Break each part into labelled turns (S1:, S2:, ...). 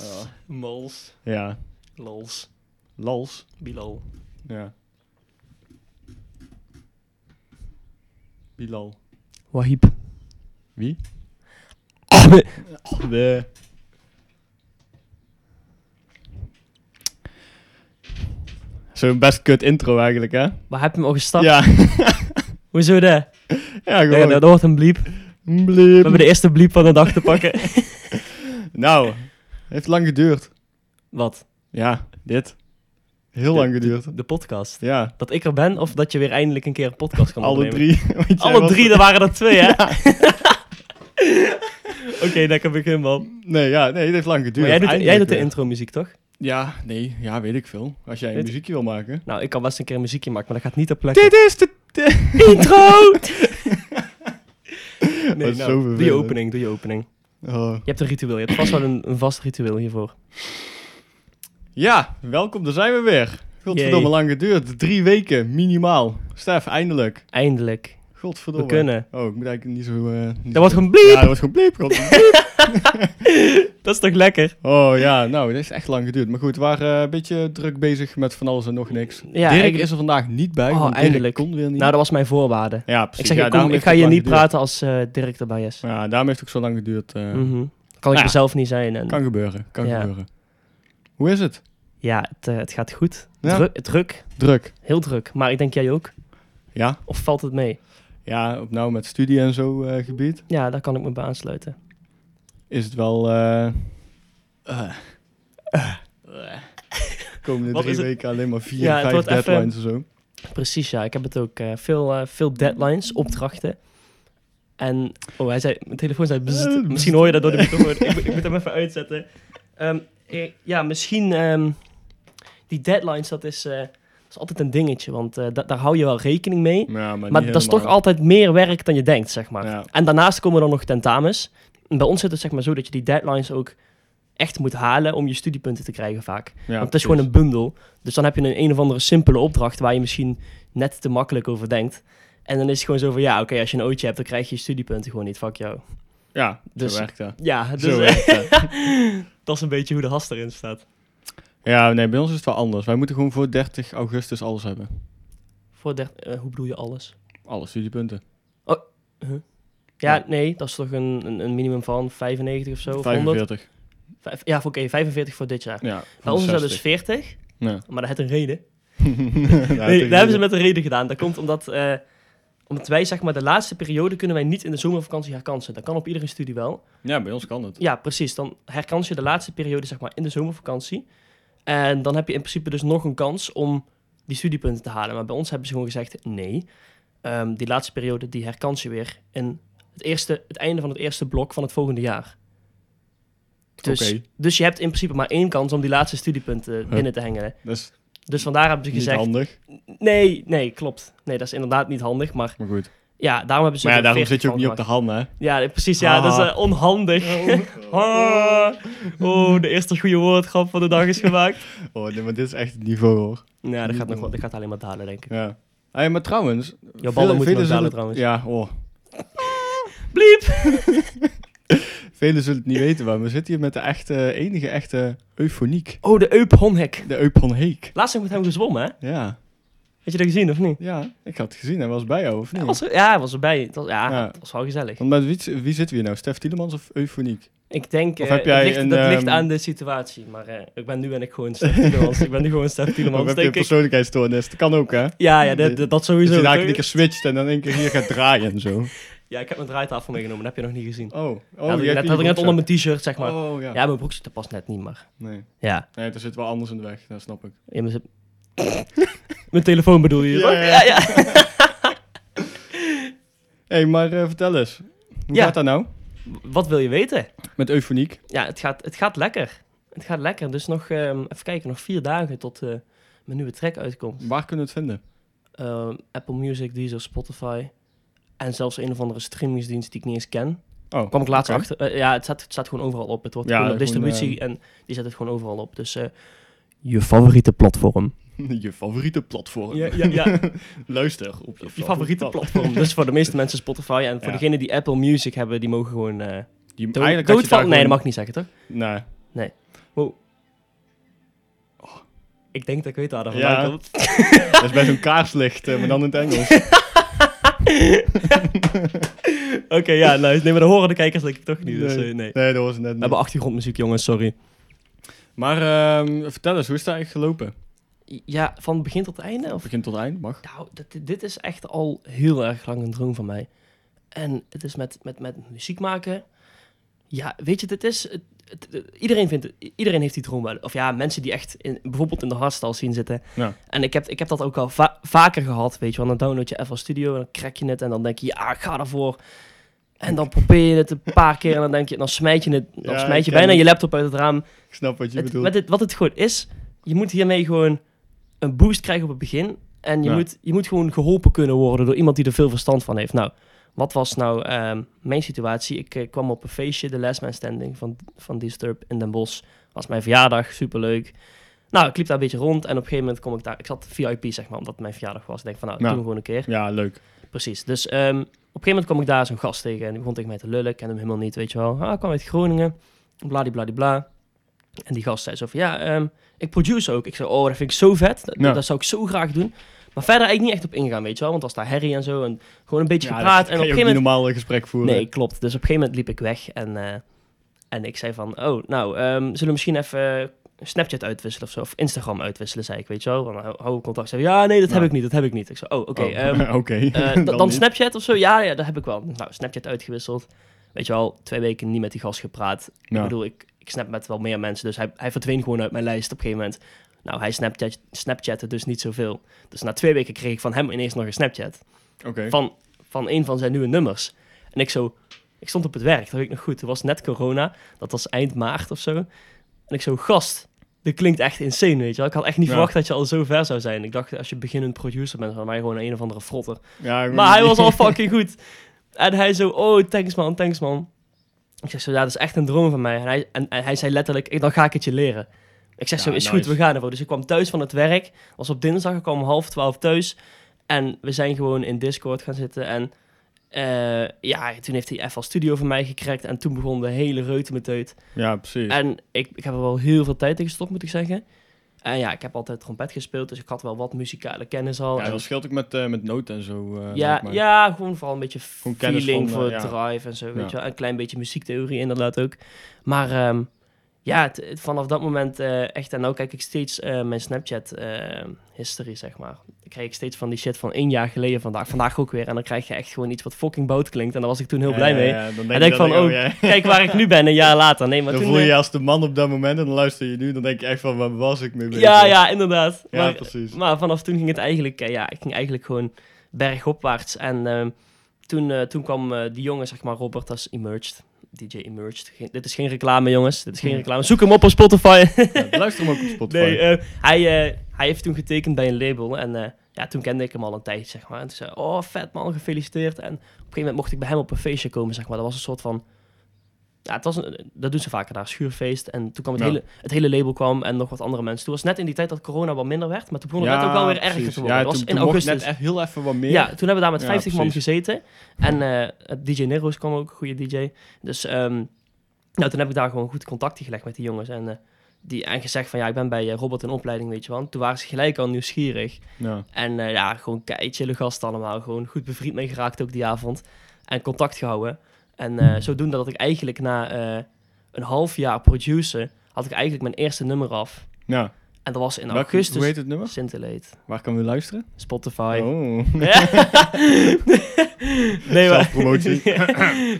S1: Ja.
S2: Mals,
S1: ja.
S2: lals,
S1: Lals.
S2: Bilal.
S1: Ja. Bilal.
S3: Wahib.
S1: Wie? Zo'n best kut intro eigenlijk, hè?
S3: Maar heb je hem al gestart?
S1: Ja.
S3: Hoezo de?
S1: ja,
S3: Ja, nou,
S1: gewoon.
S3: dat wordt een bliep. We
S1: Bliep.
S3: hebben de eerste bliep van de dag te pakken.
S1: Nou, heeft lang geduurd.
S3: Wat?
S1: Ja, dit. Heel
S3: Dit-
S1: lang geduurd.
S3: De podcast.
S1: Ja,
S3: Dat ik er ben of dat je weer eindelijk een keer een podcast kan
S1: alle
S3: opnemen?
S1: drie. Want jij
S3: Alle
S1: was-
S3: drie, er waren er twee, hè? Oké, lekker begin, man.
S1: Nee, ja, nee, het heeft lang geduurd.
S3: Maar jij doet, jij
S1: Eindelijk
S3: doet de
S1: weer.
S3: intromuziek, toch?
S1: Ja, nee, ja, weet ik veel. Als jij een
S3: Dit-
S1: muziekje wil maken.
S3: Nou, ik kan best een keer een muziekje maken, maar dat gaat niet op plek.
S1: Dit is de...
S3: intro! nee,
S1: is
S3: nou,
S1: zo
S3: doe je
S1: vervelend.
S3: opening, doe je opening.
S1: Oh.
S3: Je hebt een ritueel, je hebt vast wel een, een vast ritueel hiervoor.
S1: Ja, welkom, daar zijn we weer. Godverdomme,
S3: Jee.
S1: lang geduurd. Drie weken, minimaal. Stef, eindelijk.
S3: Eindelijk.
S1: Godverdomme.
S3: We kunnen.
S1: Oh, ik moet eigenlijk niet zo... eh niet
S3: Dat wordt
S1: zo-
S3: gewoon bliep!
S1: Ja, dat wordt gewoon bleep. godverdomme.
S3: Dat is toch lekker?
S1: oh ja, nou, dit is echt lang geduurd. Maar goed, we waren eh, een beetje druk bezig met van alles en nog niks.
S3: Ja,
S1: Dirk
S3: eigenlijk-
S1: is er vandaag niet bij,
S3: Oh,
S1: want Dirk
S3: eindelijk.
S1: kon weer niet.
S3: Nou, dat was mijn voorwaarde.
S1: ja, precies.
S3: Ik zeg,
S1: ja,
S3: ik, kom-
S1: daarom
S3: ik
S1: heeft
S3: ga
S1: het
S3: hier
S1: lang
S3: niet
S1: geduurd.
S3: praten als eh, Dirk erbij is.
S1: Ja, daarom heeft het ook zo lang geduurd. eh,
S3: Mhm. Kan ik
S1: ja.
S3: mezelf niet zijn. En...
S1: Kan gebeuren, kan
S3: Ja.
S1: gebeuren. Hoe is het?
S3: Ja, het, eh, het gaat goed.
S1: Ja?
S3: Druk, druk,
S1: Druk.
S3: heel druk. Maar ik denk jij ook.
S1: Ja?
S3: Of valt het mee?
S1: Ja, op nou met studie en zo eh, gebied
S3: Ja, daar kan ik me bij aansluiten.
S1: is het wel... eh, eh, eh, eh. Komende
S3: Wat
S1: drie
S3: is het?
S1: weken alleen maar vier,
S3: Ja, het
S1: vijf
S3: wordt even-
S1: deadlines en zo.
S3: Precies, ja. Ik heb het ook. eh, veel, eh, veel deadlines, opdrachten. En, oh, hij zei, mijn telefoon zei, bzzzt.
S1: Eh,
S3: misschien hoor je dat door de microfoon. ik, moet- ik moet hem even uitzetten. Ehm, eh, ja, misschien ehm, die deadlines, dat is, eh, dat is altijd een dingetje. Want eh, da- daar hou je wel rekening mee.
S1: Ja, maar,
S3: Maar
S1: niet
S3: dat is toch
S1: helemaal.
S3: altijd meer werk dan je denkt, zeg maar.
S1: Ja.
S3: En daarnaast komen dan nog tentamens. En bij ons zit het zeg maar zo dat je die deadlines ook echt moet halen om je studiepunten te krijgen vaak.
S1: Ja,
S3: Want het is gewoon een bundel. Dus dan heb je een een of andere simpele opdracht waar je misschien net te makkelijk over denkt. En dan is het gewoon zo van, ja, oké, als je een ootje hebt, dan krijg je je studiepunten gewoon niet, fuck jou.
S1: Ja, dus...
S3: Dus-
S1: zo werkt dat.
S3: Ja, dus
S1: Zo werkt dat.
S3: dat is een beetje hoe de has erin staat.
S1: Ja, nee, bij ons is het wel anders. Wij moeten gewoon voor 30 augustus alles hebben.
S3: Voor der- eh, hoe bedoel je alles?
S1: Alle studiepunten.
S3: Ja,
S1: Ja.
S3: nee, dat is toch een, een, een minimum van 95 of zo? Of 100?
S1: 45.
S3: Vijf- ja, oké, 45 voor dit jaar.
S1: Ja,
S3: Bij ons is dat dus 40.
S1: Ja.
S3: Maar dat heeft een reden.
S1: nee,
S3: nee, dat hebben ze met een reden gedaan. Dat komt omdat, eh, omdat wij, zeg maar, de laatste periode kunnen wij niet in de zomervakantie herkansen. Dat kan op iedere studie wel.
S1: Ja, bij ons kan het.
S3: Ja, precies. Dan herkans je de laatste periode, zeg maar, in de zomervakantie. En dan heb je in principe dus nog een kans om die studiepunten te halen. Maar bij ons hebben ze gewoon gezegd, nee, ehm, die laatste periode, die herkans je weer in het, eerste, het einde van het eerste blok van het volgende jaar. Dus,
S1: Oké.
S3: dus je hebt in principe maar één kans om die laatste studiepunten binnen te hengelen.
S1: Dat is
S3: Dus vandaar hebben ze
S1: niet
S3: gezegd,
S1: handig,
S3: Nee, nee, klopt. Nee, dat is inderdaad niet handig, maar
S1: maar goed.
S3: ja, daarom hebben ze...
S1: Maar ja,
S3: er
S1: daarom
S3: 40
S1: zit je ook
S3: van
S1: niet op de Ah. handen, hè?
S3: gemaakt. Ja, nee, precies, ja, dat is eh, onhandig. Ah. Oh, de eerste goede woordgrap van de dag is gemaakt.
S1: Oh, nee, maar dit is echt het niveau, hoor.
S3: Ja, dat gaat, nog, wel- dat gaat alleen maar dalen, denk ik.
S1: Ja. Hey, maar trouwens...
S3: ballen
S1: vele- velen
S3: moeten nog
S1: zullen-
S3: dalen, trouwens.
S1: Ja, oh.
S3: Bliep!
S1: Velen zullen het niet weten, maar we zitten hier met de echte, enige echte eufoniek.
S3: Oh, de Eup Honhek.
S1: De euponheek.
S3: Laatst heb ik met hem gezwommen, hè?
S1: Ja.
S3: Had je dat gezien, of niet?
S1: Ja, ik had het gezien. Hij was bij jou, of niet?
S3: Ja, was er, ja, hij was erbij. Het was, ja,
S1: Ja.
S3: het was wel gezellig.
S1: Want met wie, wie zitten we hier nou? Stef Tielemans of eufoniek?
S3: Ik denk,
S1: Of
S3: eh,
S1: heb jij
S3: het ligt,
S1: een,
S3: dat ligt
S1: ehm,
S3: aan de situatie, maar eh, ik ben nu ben ik gewoon Stef Tielemans. ik ben nu gewoon Stef
S1: Of
S3: Tielemans,
S1: heb je een
S3: denk ik.
S1: persoonlijkheidsstoornis? Dat kan ook, hè?
S3: Ja, ja, dat, dat- dat
S1: Dat
S3: sowieso.
S1: je daar
S3: toch?
S1: een keer switcht en dan één keer hier gaat draaien en zo.
S3: Ja, ik heb mijn draaitafel meegenomen, dat heb je nog niet gezien.
S1: Oh, oh
S3: Ja, dat
S1: je
S3: had ik
S1: hebt
S3: net,
S1: die
S3: had ik net onder mijn t-shirt, zeg
S1: broekzak.
S3: maar.
S1: Oh, ja.
S3: ja. mijn broek zit er pas net niet, maar...
S1: Nee.
S3: Ja.
S1: nee, er zit wel anders in de weg. Dat snap ik.
S3: ja, mijn, mijn telefoon bedoel je,
S1: Ja,
S3: toch?
S1: ja, ja. Hé, hey, maar eh, vertel eens. Hoe
S3: Ja.
S1: gaat dat nou?
S3: Wat wil je weten?
S1: Met eufoniek?
S3: Ja, het gaat, het gaat lekker. Het gaat lekker. Dus nog, ehm, even kijken, nog vier dagen tot eh, mijn nieuwe track uitkomt.
S1: Waar kunnen we het vinden?
S3: Ehm, Apple Music, Deezer, Spotify. En zelfs een of andere streamingsdienst die ik niet eens ken.
S1: Oh,
S3: Kwam ik laatst
S1: oké.
S3: achter. eh, ja, het staat, het staat gewoon overal op. Het wordt
S1: Ja,
S3: gewoon op
S1: gewoon, eh,
S3: distributie en die zet het gewoon overal op. Dus eh, je favoriete platform.
S1: Je favoriete platform.
S3: Ja, ja, ja.
S1: Luister op je,
S3: Je favoriete platform. dus voor de meeste mensen Spotify. En
S1: Ja.
S3: voor degenen die Apple Music hebben, die mogen gewoon... eh
S1: Je, eigenlijk
S3: dood,
S1: had je
S3: doodvallen.
S1: daar
S3: Nee, dat mag
S1: gewoon-
S3: ik niet zeggen, toch?
S1: Nee.
S3: Nee. Wow. Oh, ik denk dat ik weet waar dat
S1: Ja.
S3: vandaan komt.
S1: Dat is bij zo'n kaarslicht, eh, maar dan in het Engels.
S3: Oké, ja, nice. Nee, maar dat horen de kijkers denk ik toch niet. Dus, eh, nee. We
S1: Nee, dat was het net niet.
S3: hebben achtergrondmuziek, jongens, sorry.
S1: Maar ehm, vertel eens, hoe is dat eigenlijk gelopen?
S3: Ja, van begin tot einde? Of?
S1: Begin tot eind, mag.
S3: Nou, dit, dit is echt al heel erg lang een droom van mij. En het is met, met, met muziek maken. Ja, weet je, dit is. het- het- het- iedereen, vindt, het- i- iedereen heeft die droom wel. Of ja, mensen die echt in, bijvoorbeeld in de hardstyle zien zitten.
S1: Ja.
S3: En ik heb, ik heb dat ook al va- vaker gehad, weet je wel. Dan download je FL Studio en dan crack je het en dan denk je, ja, ik ga ervoor. En dan probeer je het een paar keer en dan denk je, dan smijt je, het, dan
S1: Ja, ik
S3: smijt je
S1: ken
S3: bijna
S1: het.
S3: je laptop uit het raam.
S1: Ik snap wat je
S3: Het-
S1: bedoelt.
S3: maar dit- wat het gewoon is, je moet hiermee gewoon een boost krijgen op het begin. En je,
S1: Ja.
S3: moet, je moet gewoon geholpen kunnen worden door iemand die er veel verstand van heeft. Nou, wat was nou ehm, mijn situatie? Ik eh, kwam op een feestje, de Last Man Standing van, van Disturb in Den Bosch. Was mijn verjaardag, superleuk. Nou, ik liep daar een beetje rond en op een gegeven moment kom ik daar... Ik zat VIP, zeg maar, omdat het mijn verjaardag was. Ik denk van, nou, ik
S1: Ja.
S3: doe hem gewoon een keer.
S1: Ja, leuk.
S3: Precies. Dus ehm, op een gegeven moment kwam ik daar zo'n gast tegen en die begon tegen mij te lullen. Ik kende hem helemaal niet, weet je wel. Ah, hij kwam uit Groningen. Bladibladibla. En die gast zei zo van, ja, ehm, ik produce ook. Ik zei, oh, dat vind ik zo vet. Dat,
S1: Ja.
S3: dat zou ik zo graag doen. Maar verder eigenlijk niet echt op ingegaan, weet je wel. Want als daar herrie en zo en gewoon een beetje
S1: Ja,
S3: gepraat.
S1: dan ga
S3: En op
S1: je
S3: een
S1: ook
S3: gegeven
S1: niet
S3: moment...
S1: normaal een gesprek voeren.
S3: Nee, klopt. Dus op een gegeven moment liep ik weg en, eh, en ik zei van, oh, nou, ehm, zullen we misschien even Snapchat uitwisselen of zo? Of Instagram uitwisselen, zei ik, weet je wel. Dan hou- houden we contact. Zei, ja, nee, dat heb
S1: Ja.
S3: ik niet, dat heb ik niet. Ik zei, oh, oké.
S1: Oh,
S3: ehm,
S1: Oké.
S3: eh, dan,
S1: niet.
S3: Snapchat of zo? Ja, ja, dat heb ik wel. Nou, Snapchat uitgewisseld. Weet je wel, twee weken niet met die gast gepraat.
S1: Ja.
S3: Ik bedoel, ik, ik snap met wel meer mensen. Dus hij, hij verdween gewoon uit mijn lijst op een gegeven moment. Nou, hij Snapchat, Snapchatte dus niet zoveel. Dus na twee weken kreeg ik van hem ineens nog een Snapchat.
S1: Oké.
S3: Van, van een van zijn nieuwe nummers. En ik zo... Ik stond op het werk, dat weet ik nog goed. Het was net corona. Dat was eind maart of zo. En ik zo, gast, dit klinkt echt insane, weet je wel. Ik had echt niet
S1: Ja.
S3: verwacht dat je al zo ver zou zijn. Ik dacht, als je beginnend producer bent, van mij gewoon een of andere frotter.
S1: Ja, ik
S3: Maar
S1: weet
S3: hij
S1: niet.
S3: was al fucking goed. En hij zo, oh, thanks man, thanks man. Ik zeg zo, ja, dat is echt een droom van mij. En hij, en, en hij zei letterlijk, "Ik- dan ga ik het je leren. Ik zeg
S1: Ja,
S3: zo, is
S1: nice.
S3: goed, we gaan ervoor. Dus ik kwam thuis van het werk. was op dinsdag, ik kwam om half twaalf thuis. En we zijn gewoon in Discord gaan zitten. En eh, ja, toen heeft hij FL Studio van mij gekrekt. En toen begon de hele reuten met uit.
S1: Ja, precies.
S3: En ik, ik heb er wel heel veel tijd in gestopt, moet ik zeggen. En ja, ik heb altijd trompet gespeeld. Dus ik had wel wat muzikale kennis al.
S1: ja,
S3: En-
S1: dat scheelt ook met, eh, met noten en zo. eh,
S3: ja,
S1: lijkt mij.
S3: ja, gewoon vooral een beetje
S1: Gewoon kennis
S3: feeling
S1: van,
S3: voor
S1: eh, ja.
S3: drive en zo, weet
S1: Ja.
S3: je wel. Een klein beetje muziektheorie inderdaad ook. Maar ehm, ja, het, het- vanaf dat moment eh, echt... En nou kijk ik steeds eh, mijn Snapchat-history, zeg maar. Dan krijg ik steeds van die shit van één jaar geleden vandaag. Vandaag ook weer. En dan krijg je echt gewoon iets wat fucking bout klinkt. En daar was ik toen heel
S1: Ja,
S3: blij
S1: ja,
S3: mee.
S1: ja, Dan
S3: En
S1: denk,
S3: denk
S1: je
S3: van,
S1: dat ik-
S3: oh,
S1: ja.
S3: Kijk waar ik nu ben, een jaar later. Nee, maar
S1: Dan
S3: toen...
S1: voel je
S3: eh,
S1: je als de man op dat moment en dan luister je nu. Dan denk je echt van, waar was ik mee bezig?
S3: ja, ja, inderdaad.
S1: Ja,
S3: maar,
S1: precies.
S3: Maar vanaf toen ging het eigenlijk, eh, ja, ik ging eigenlijk gewoon bergopwaarts. En ehm, toen, eh, toen kwam eh, die jongen, zeg maar, Robert, als Emerged. DJ Emerged. Geen- dit is geen reclame, jongens. Dit is geen
S1: Nee.
S3: reclame. Zoek hem op op Spotify.
S1: Ja, luister hem ook op Spotify.
S3: nee, eh, hij, eh, hij heeft toen getekend bij een label. En eh, ja, toen kende ik hem al een tijdje, zeg maar. En toen zei hij, oh, vet man, gefeliciteerd. En op een gegeven moment mocht ik bij hem op een feestje komen, zeg maar. Dat was een soort van... Ja, het was een, dat doen ze vaker daar, schuurfeest. En toen kwam het,
S1: Ja.
S3: hele, het hele label kwam en nog wat andere mensen. Toen was net in die tijd dat corona wat minder werd, maar toen begon het net ook wel weer erger
S1: precies.
S3: te worden.
S1: Ja,
S3: Dat was
S1: toen,
S3: in
S1: toen mocht
S3: augustus.
S1: net echt heel even wat meer.
S3: Ja, toen hebben we daar met
S1: Ja,
S3: 50 man
S1: precies.
S3: gezeten. En eh, DJ Nero's kwam ook, een goede DJ. Dus ehm, nou, toen heb ik daar gewoon goed contact gelegd met die jongens. En, eh, die, en gezegd van, ja, ik ben bij eh, Robert in opleiding, weet je wel. En toen waren ze gelijk al nieuwsgierig.
S1: Ja.
S3: En eh, ja, gewoon kei chille gasten allemaal. Gewoon goed bevriend mee geraakt ook die avond. En contact gehouden. En eh, zodoende dat ik eigenlijk na eh, een half jaar produceren... had ik eigenlijk mijn eerste nummer af.
S1: ja.
S3: En dat was in
S1: Welk- Hoe
S3: augustus.
S1: heet het nummer?
S3: Scintillate.
S1: Waar kan we luisteren?
S3: Spotify.
S1: Oh.
S3: Ja. nee, maar...
S1: Zelfpromotie.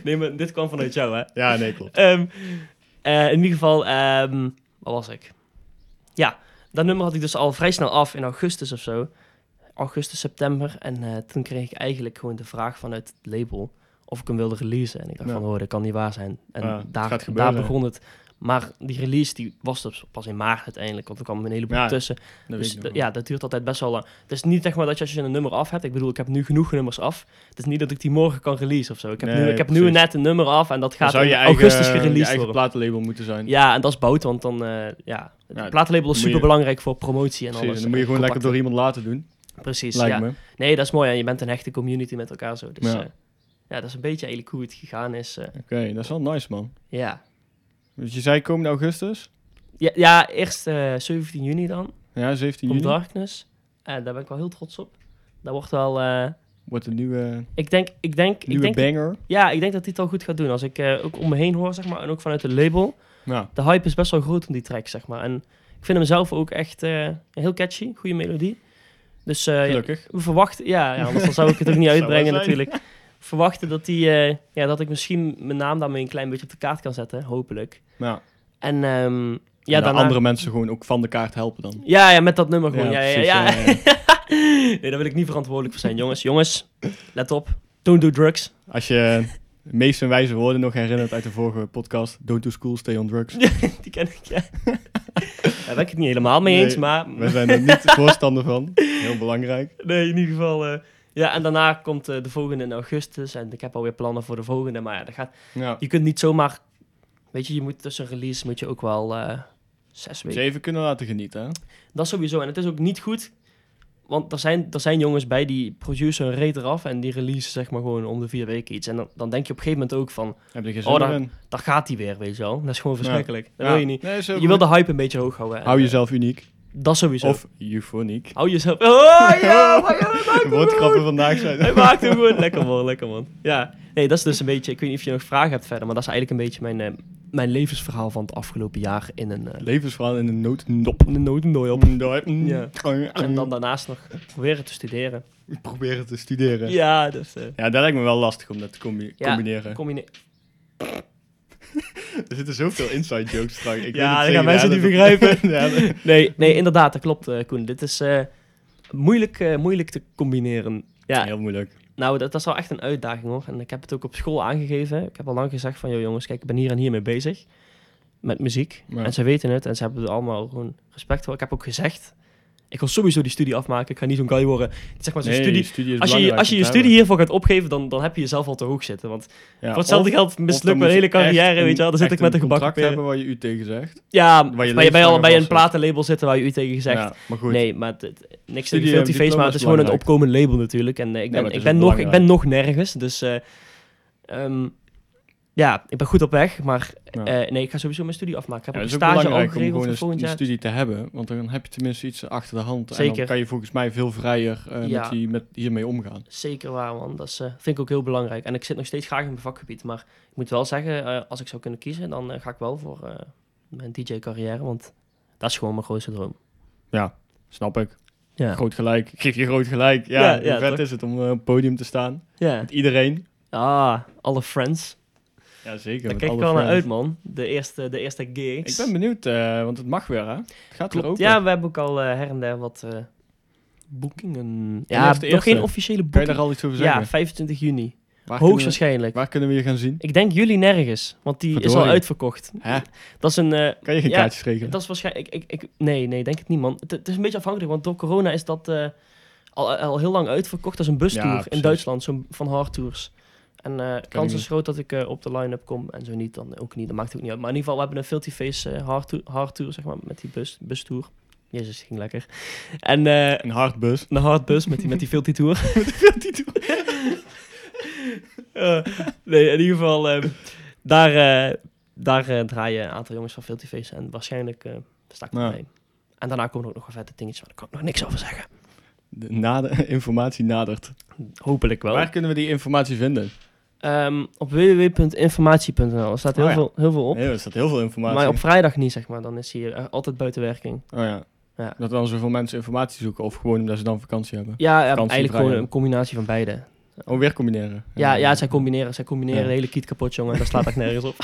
S3: nee, maar dit kwam vanuit jou, hè?
S1: Ja, nee, klopt.
S3: Ehm, eh, in ieder geval, ehm wat was ik? Ja, dat nummer had ik dus al vrij snel af in augustus of zo. Augustus, september. En eh, toen kreeg ik eigenlijk gewoon de vraag vanuit het label of ik hem wilde releasen. En ik dacht
S1: Ja.
S3: van, oh, dat kan niet waar zijn. En
S1: Ja, het
S3: daar,
S1: gaat
S3: daar
S1: gebeuren.
S3: begon het. Maar die release die was dus pas in maart uiteindelijk, want er kwam een heleboel
S1: Ja,
S3: tussen.
S1: Dat
S3: Dus
S1: weet ik
S3: dat-
S1: nog wel.
S3: ja, dat duurt altijd best wel lang. Het is niet zeg maar dat je als je een nummer af hebt. Ik bedoel, ik heb nu genoeg nummers af. Het is niet dat ik die morgen kan release of zo. Ik heb, nu,
S1: Nee,
S3: ik heb nu
S1: precies.
S3: net een nummer af en dat
S1: Dan
S3: gaat
S1: zou
S3: in
S1: je eigen,
S3: augustus
S1: je
S3: gereleased
S1: eigen
S3: worden.
S1: platenlabel moeten zijn.
S3: Ja, en dat is bout, want dan eh ja, het
S1: Ja,
S3: platenlabel
S1: moet
S3: is
S1: je-
S3: super belangrijk voor promotie en
S1: Precies,
S3: alles.
S1: dan moet je
S3: eh,
S1: gewoon lekker
S3: contacten.
S1: door iemand laten doen,
S3: Precies,
S1: lijkt
S3: ja.
S1: me.
S3: Nee, dat is mooi en je bent een hechte community met elkaar zo. Dus
S1: Ja.
S3: ja, ja dat is een beetje eigenlijk hoe het gegaan is. eh,
S1: Oké, dat is wel nice, man.
S3: ja.
S1: Dus je zei komende augustus?
S3: Ja, ja eerst eh, 17 juni dan.
S1: Ja, 17
S3: Komt
S1: juni
S3: Darkness. En daar ben ik wel heel trots op. Daar wordt wel... eh,
S1: wordt een nieuwe,
S3: ik denk... Ik denk, ik
S1: nieuwe
S3: denk
S1: banger.
S3: ja, ik denk dat die het al goed gaat doen. Als ik eh, ook om me heen hoor, zeg maar. En ook vanuit het label.
S1: Nou,
S3: De hype is best wel groot om die track, zeg maar. En ik vind hem zelf ook echt eh, heel catchy. Goede melodie. Dus eh, ja,
S1: gelukkig.
S3: we verwachten... Ja, ja, anders dan zou ik het ook niet
S1: Zou
S3: uitbrengen
S1: wel zijn.
S3: natuurlijk. Verwachten dat, die, eh, ja, dat ik misschien mijn naam daarmee een klein beetje op de kaart kan zetten. Hopelijk.
S1: Nou,
S3: En ehm,
S1: ja,
S3: ja,
S1: en de
S3: daarna...
S1: andere mensen gewoon ook van de kaart helpen dan.
S3: Ja, ja, met dat nummer gewoon. Ja, ja,
S1: precies,
S3: ja,
S1: ja, ja.
S3: nee, daar wil ik niet verantwoordelijk voor zijn, jongens. Jongens, let op. Don't do drugs.
S1: Als je de meeste wijze woorden nog herinnert uit de vorige podcast, Don't do school, stay on drugs.
S3: Die ken ik, ja. Daar ben ik het niet helemaal mee eens,
S1: Nee,
S3: maar...
S1: Wij zijn er niet voorstander van. Heel belangrijk.
S3: Nee, in ieder geval... eh, ja, en daarna komt eh, de volgende in augustus. En ik heb alweer plannen voor de volgende. Maar ja, dat gaat,
S1: Nou,
S3: je kunt niet zomaar... Weet je, je moet tussen release moet je ook wel eh, zes
S1: ze
S3: weken...
S1: even kunnen laten genieten. Hè?
S3: Dat sowieso. En het is ook niet goed... Want er zijn, er zijn jongens bij die produceren een reet eraf... en die release zeg maar gewoon om de vier weken iets. En dan, dan denk je op een gegeven moment ook van...
S1: Heb je geen
S3: Oh,
S1: zin
S3: dan-
S1: in?
S3: daar gaat hij weer, weet je wel. Dat is gewoon
S1: Ja.
S3: verschrikkelijk. Dat
S1: Ja.
S3: wil je niet.
S1: Nee, is heel
S3: Je
S1: goed.
S3: wil de hype een beetje hoog houden. En,
S1: Hou
S3: eh,
S1: jezelf uniek.
S3: Dat sowieso.
S1: Of eufoniek.
S3: Hou jezelf... Oh ja, maar ja, hij maakt hem
S1: Woordgrappen
S3: gewoon.
S1: vandaag zijn.
S3: Hij maakt hem gewoon. Lekker man, lekker man. Ja. Nee, dat is dus een beetje... Ik weet niet of je nog vragen hebt verder, maar dat is eigenlijk een beetje mijn, eh, mijn levensverhaal van het afgelopen jaar in een, eh
S1: Levensverhaal in een notendop.
S3: in een notendop. Ja.
S1: Ja.
S3: En dan daarnaast nog proberen te studeren.
S1: proberen te studeren. Ja.
S3: Ja, dus... eh
S1: dat lijkt me wel lastig om dat te combi-
S3: Ja.
S1: combineren.
S3: combine-
S1: Er zitten zoveel inside jokes straks. Ik
S3: Ja,
S1: weet
S3: dat gaan
S1: het
S3: mensen
S1: zeker,
S3: niet
S1: hè, dat-
S3: begrijpen.
S1: Ja, dat-
S3: Nee, nee, inderdaad, dat klopt, eh, Koen. Dit is eh, moeilijk, eh, moeilijk te combineren. Ja,
S1: Heel moeilijk.
S3: Nou, dat, dat is wel echt een uitdaging hoor. En ik heb het ook op school aangegeven. Ik heb al lang gezegd van, joh jongens, kijk, ik ben hier en hier mee bezig. Met muziek.
S1: Ja.
S3: En ze weten het en ze hebben er allemaal gewoon respect voor. Ik heb ook gezegd, ik wil sowieso die studie afmaken. Ik ga niet zo'n guy worden. die, Zeg maar, zijn studie...
S1: is
S3: Als je,
S1: belangrijk
S3: als je
S1: om
S3: je
S1: te
S3: studie
S1: hebben.
S3: hiervoor gaat opgeven, dan, dan heb je jezelf al te hoog zitten. Want
S1: Ja,
S3: voor hetzelfde
S1: of-
S3: geld
S1: of dan
S3: mislukt mijn
S1: moet
S3: hele
S1: echt
S3: carrière, weet je wel. Dan zit
S1: echt
S3: ik met een gebakken
S1: contract hebben
S3: peren.
S1: waar je u tegen zegt.
S3: Ja,
S1: je
S3: maar je bent
S1: levenslang
S3: al
S1: aan
S3: bij een
S1: vastzit.
S3: platenlabel zitten waar je u tegen gezegd.
S1: Ja, maar goed.
S3: Nee, maar het, het- niks
S1: Studie-
S3: tegen veel die feest,
S1: diploma
S3: maar
S1: is
S3: het is gewoon een
S1: belangrijk.
S3: opkomend label natuurlijk. En eh, ik
S1: maar
S3: ben,
S1: het
S3: ik
S1: is
S3: ben, nog, ik
S1: belangrijk.
S3: ben nog nergens, dus eh, ehm, ja, ik ben goed op weg. Maar
S1: Ja.
S3: eh, nee, ik ga sowieso mijn studie afmaken. Ik
S1: Ja,
S3: heb
S1: het is
S3: ook
S1: ook
S3: een stage al
S1: belangrijk om gewoon
S3: geregeld voor
S1: een,
S3: volgend
S1: stu-
S3: jaar.
S1: een studie te hebben. Want dan heb je tenminste iets achter de hand. En
S3: Zeker.
S1: dan kan je volgens mij veel vrijer eh,
S3: Ja.
S1: met die, met, hiermee omgaan.
S3: Zeker waar, man. Dat is, eh, vind ik ook heel belangrijk. En ik zit nog steeds graag in mijn vakgebied. Maar ik moet wel zeggen, eh, als ik zou kunnen kiezen, dan eh, ga ik wel voor eh, mijn DJ-carrière. Want dat is gewoon mijn grootste droom.
S1: Ja, snap ik.
S3: Ja.
S1: Groot gelijk. Ik Geef je groot gelijk. Ja,
S3: Ja,
S1: hoe
S3: ja,
S1: vet
S3: toch?
S1: is het om eh, op het podium te staan.
S3: Ja.
S1: Met iedereen.
S3: Ah, alle friends.
S1: Ja, zeker.
S3: Daar
S1: met
S3: kijk ik
S1: alle
S3: wel naar
S1: fans.
S3: uit, man. De eerste, de eerste gigs.
S1: Ik ben benieuwd, eh, want het mag weer, hè? Het gaat weer
S3: Klopt.
S1: open.
S3: Ja, we hebben ook al eh, her en der wat eh, boekingen. Ja,
S1: heeft de
S3: nog
S1: eerste?
S3: geen officiële
S1: kan je daar
S3: boeking.
S1: al iets over zeggen?
S3: Ja, 25 juni.
S1: waar, kunnen we,
S3: Hoogstwaarschijnlijk.
S1: waar kunnen we je gaan zien?
S3: Ik denk jullie nergens, want die is al
S1: Verdorie.
S3: uitverkocht.
S1: Hè?
S3: Dat is een... eh,
S1: Kan je geen
S3: Ja,
S1: kaartjes regelen?
S3: dat is waarschijnlijk... Ik, ik, ik, nee, nee, denk het niet, man. Het, het is een beetje afhankelijk, want door corona is dat eh, al, al heel lang uitverkocht. Dat is een bustour
S1: Ja,
S3: in
S1: precies.
S3: Duitsland, zo'n van hardtours. En eh kans is
S1: niet.
S3: groot dat ik eh, op de line-up kom. En zo niet, dan ook niet. Dat maakt ook niet uit. Maar in ieder geval, we hebben een Filthy Face eh, hardtour, hardtour, zeg maar, met die bus, bustour. Jezus, ging lekker. En eh,
S1: Een hardbus.
S3: Een hardbus met die, met die filthy tour. met die filthy tour. Eh, nee, in ieder geval, ehm, daar, eh, daar eh, draaien een aantal jongens van Filthy Face en waarschijnlijk eh sta ik
S1: Ja.
S3: erbij. En daarna komen er ook nog een vette dingetjes, maar daar kan ik nog niks over zeggen.
S1: De nade- informatie nadert.
S3: Hopelijk wel.
S1: Waar kunnen we die informatie vinden?
S3: Ehm, op www.informatie.nl er staat heel,
S1: Oh ja.
S3: veel, heel veel op.
S1: Nee, er staat heel veel informatie.
S3: Maar op vrijdag niet, zeg maar. Dan is hier eh, altijd buiten werking.
S1: Oh ja.
S3: Ja.
S1: Dat dan zoveel mensen informatie zoeken of gewoon omdat ze dan vakantie hebben.
S3: Ja, ja eigenlijk
S1: Vakantievrij,
S3: gewoon
S1: ja.
S3: een combinatie van beide.
S1: Oh, weer combineren.
S3: Ja, ja, zij combineren, zij combineren
S1: eh, Ja.
S3: de hele kiet kapot, jongen. Daar slaat ik nergens op.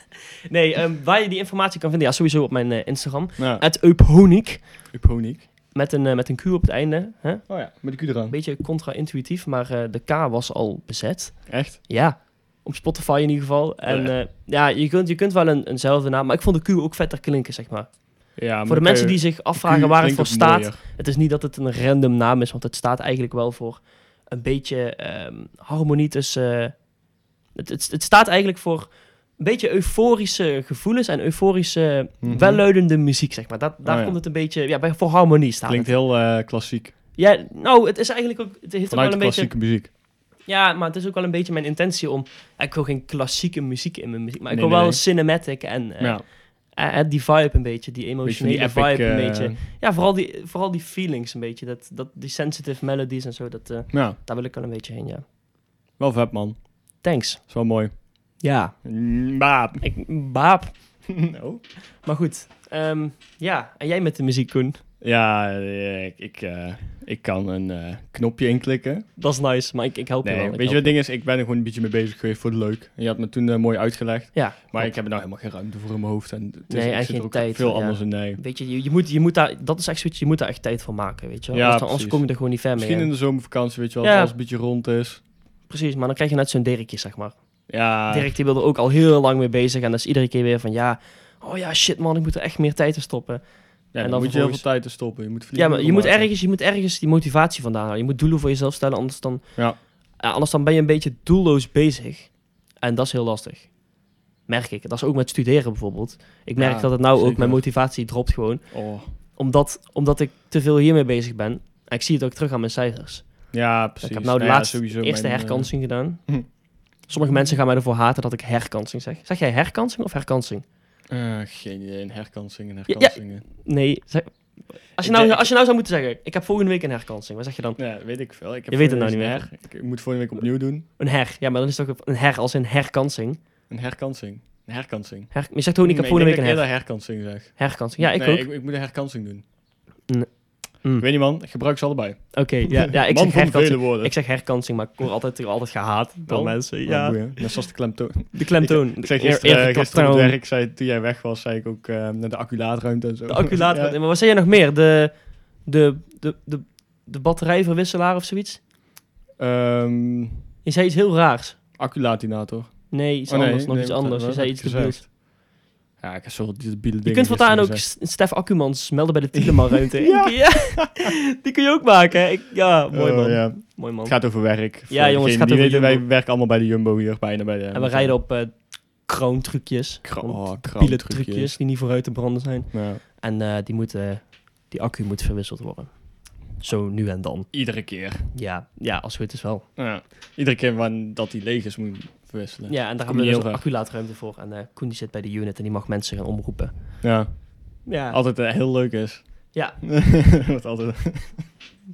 S3: nee, ehm, waar je die informatie kan vinden, ja, sowieso op mijn eh, Instagram.
S1: Ja,
S3: Het Euphoniek,
S1: Uponiek.
S3: met een, eh, met een Q op het einde. Hè?
S1: Oh ja, met de Q eraan.
S3: Een beetje contra-intuïtief, maar eh, de K was al bezet.
S1: Echt?
S3: Ja, op Spotify in ieder geval. En
S1: Ja.
S3: ja, ja je, kunt, je kunt wel een, eenzelfde naam, maar ik vond de Q ook vetter klinken, zeg maar.
S1: Ja, maar
S3: voor de
S1: dan
S3: mensen
S1: kan
S3: die
S1: je-
S3: zich
S1: Q
S3: afvragen waar het voor
S1: klinkt ook
S3: staat,
S1: mooier.
S3: het is niet dat het een random naam is, want het staat eigenlijk wel voor een beetje ehm, harmonie tussen. eh, het, het, het staat eigenlijk voor een beetje euforische gevoelens en euforische,
S1: Mhm.
S3: welluidende muziek, zeg maar. Dat, daar
S1: Oh ja.
S3: komt het een beetje. Ja, bij, voor harmonie staat.
S1: Klinkt
S3: het.
S1: heel eh, klassiek.
S3: Ja, nou, het is eigenlijk ook. Het heeft ook
S1: Vanuit
S3: wel
S1: de
S3: een
S1: klassieke muziek.
S3: beetje. Ja, maar het is ook wel een beetje mijn intentie om. Ik wil geen klassieke muziek in mijn muziek, maar ik
S1: Nee,
S3: wil
S1: nee,
S3: wel
S1: nee.
S3: cinematic en. eh,
S1: Ja.
S3: eh, eh, die vibe een beetje, die
S1: Beetje van
S3: emotionele
S1: die epic,
S3: vibe een
S1: eh,
S3: beetje. Ja, vooral die, vooral die feelings een beetje. Dat, dat, die sensitive melodies en zo, dat, eh,
S1: Ja,
S3: daar wil ik wel een beetje heen, ja.
S1: wel vet man.
S3: Thanks.
S1: Is wel mooi.
S3: Ja.
S1: Baap.
S3: Ik, baap.
S1: Oh.
S3: Maar goed. ehm, ja, en jij met de muziek, Koen.
S1: Ja, eh, ik, ik, eh, ik kan een eh, knopje inklikken.
S3: Dat is nice, maar ik, ik help
S1: Nee,
S3: je wel. Ik
S1: weet je wat
S3: help
S1: het ding is? Ik ben er gewoon een beetje mee bezig geweest voor het leuk. En je had me toen eh, mooi uitgelegd.
S3: Ja,
S1: Maar
S3: klopt.
S1: ik heb er nou helemaal geen ruimte voor in mijn hoofd. En het is,
S3: Nee,
S1: ik
S3: en
S1: zit
S3: geen
S1: er ook
S3: tijd,
S1: Veel
S3: ja.
S1: anders in. Nee.
S3: Weet je, je, je moet, je moet daar, dat is echt zoiets, je moet daar echt tijd voor maken, weet je wel.
S1: Ja,
S3: anders, dan- anders
S1: precies.
S3: kom je er gewoon niet ver mee.
S1: Misschien
S3: hè.
S1: in de zomervakantie, weet je wel, als
S3: Ja.
S1: alles een beetje rond is.
S3: Precies, maar dan krijg je net zo'n Dirkje, zeg maar.
S1: Ja,
S3: Dirk die wil er ook al heel lang mee bezig en dat is iedere keer weer van ja, oh ja, shit man, ik moet er echt meer tijd in stoppen.
S1: ja, dan,
S3: dan
S1: moet je heel veel
S3: vervolgens-
S1: tijd in stoppen. Je moet
S3: Ja, maar je moet,
S1: vliegen.
S3: ergens, je moet ergens die motivatie vandaan halen. Je moet doelen voor jezelf stellen, anders dan,
S1: Ja.
S3: eh, anders dan ben je een beetje doelloos bezig. En dat is heel lastig. Merk ik. Dat is ook met studeren bijvoorbeeld. Ik merk
S1: Ja,
S3: dat het nou ook
S1: zeker.
S3: mijn motivatie dropt gewoon.
S1: Oh.
S3: Omdat, omdat ik te veel hiermee bezig ben. En ik zie het ook terug aan mijn cijfers.
S1: Ja, precies.
S3: Ik heb nou de
S1: ja,
S3: laatste
S1: sowieso
S3: eerste
S1: mijn, eh,
S3: herkansing gedaan.
S1: Hm.
S3: Sommige mensen gaan mij ervoor haten dat ik herkansing zeg. Zeg jij herkansing of herkansing?
S1: eh, geen idee, een herkansing, een
S3: ja.
S1: herkansing. eh.
S3: Nee. zeg- als, je
S1: Ik
S3: nou,
S1: denk-
S3: als je nou zou moeten zeggen, ik heb volgende week een herkansing. Wat zeg je dan?
S1: Ja, weet ik veel. Ik heb
S3: Je weet het
S1: vorige
S3: nou
S1: week
S3: niet
S1: een her- Ik moet volgende week opnieuw doen.
S3: Een her. Ja, maar dan is het ook een her als in herkansing.
S1: Een herkansing. Een herkansing.
S3: Her, je zegt gewoon, ik heb
S1: Nee,
S3: volgende
S1: denk
S3: week een
S1: dat
S3: her.
S1: eerder herkansing zeg.
S3: herkansing. Ja, ik
S1: Nee,
S3: ook.
S1: Ik, ik moet een herkansing doen.
S3: Nee. Mm.
S1: Ik weet niet man, ik gebruik ze allebei.
S3: Oké, ja, ja, ik
S1: man van
S3: zeg
S1: de vele
S3: herkansing.
S1: woorden.
S3: Ik zeg herkansing, maar ik word altijd, ik word altijd gehaat door
S1: Wel?
S3: mensen.
S1: ja.
S3: Ja,
S1: Net zoals de klemtoon.
S3: de klemtoon.
S1: Ik
S3: de
S1: zeg
S3: eer-
S1: gisteren,
S3: eerlijke
S1: gisteren op het
S3: klemtoon.
S1: werk, zei, toen jij weg was, zei ik ook eh, naar de acculaatruimte en zo.
S3: De acculaat.
S1: Ja.
S3: Maar wat zei jij nog meer? De, de, de, de, de batterijverwisselaar of zoiets?
S1: Ehm,
S3: Je zei iets heel raars.
S1: acculatinator.
S3: Nee, iets
S1: Oh, nee,
S3: anders. Nog
S1: nee,
S3: iets
S1: wat-
S3: anders. Je
S1: wat
S3: zei
S1: heb
S3: iets
S1: ik gezegd?
S3: debiels.
S1: Ja, ik heb zo debiele dingen
S3: Je kunt
S1: gisteren
S3: vandaan ook
S1: gezegd.
S3: S- Stef Accumans melden bij de Tieleman-ruimte.
S1: Ja.
S3: Die kun je ook maken. hè? Ik, ja, mooi
S1: Oh,
S3: man.
S1: ja.
S3: Mooi
S1: Het
S3: man.
S1: gaat over werk. Voor
S3: jongens, het
S1: degene
S3: gaat
S1: die
S3: over
S1: weten,
S3: Jumbo.
S1: Wij werken allemaal bij de Jumbo hier, bijna bij de...
S3: En we rijden op eh kroontrucjes.
S1: Kra-
S3: Want
S1: oh,
S3: Piele
S1: kraamtrucjes.
S3: trucjes die niet vooruit te branden zijn.
S1: Ja.
S3: En eh, die, moet, eh, die accu moet verwisseld worden. Zo nu en dan.
S1: Iedere keer.
S3: Ja, ja als het goed is wel.
S1: Ja. Iedere keer wanneer dat die leeg is, moet je verwisselen.
S3: Ja, en daar
S1: Kom
S3: hebben
S1: je
S3: we dus
S1: heel ver.
S3: acculaatruimte voor. En eh Koen die zit bij de unit en die mag mensen gaan omroepen.
S1: Ja.
S3: Ja,
S1: Altijd eh, heel leuk is.
S3: ja
S1: Wat altijd...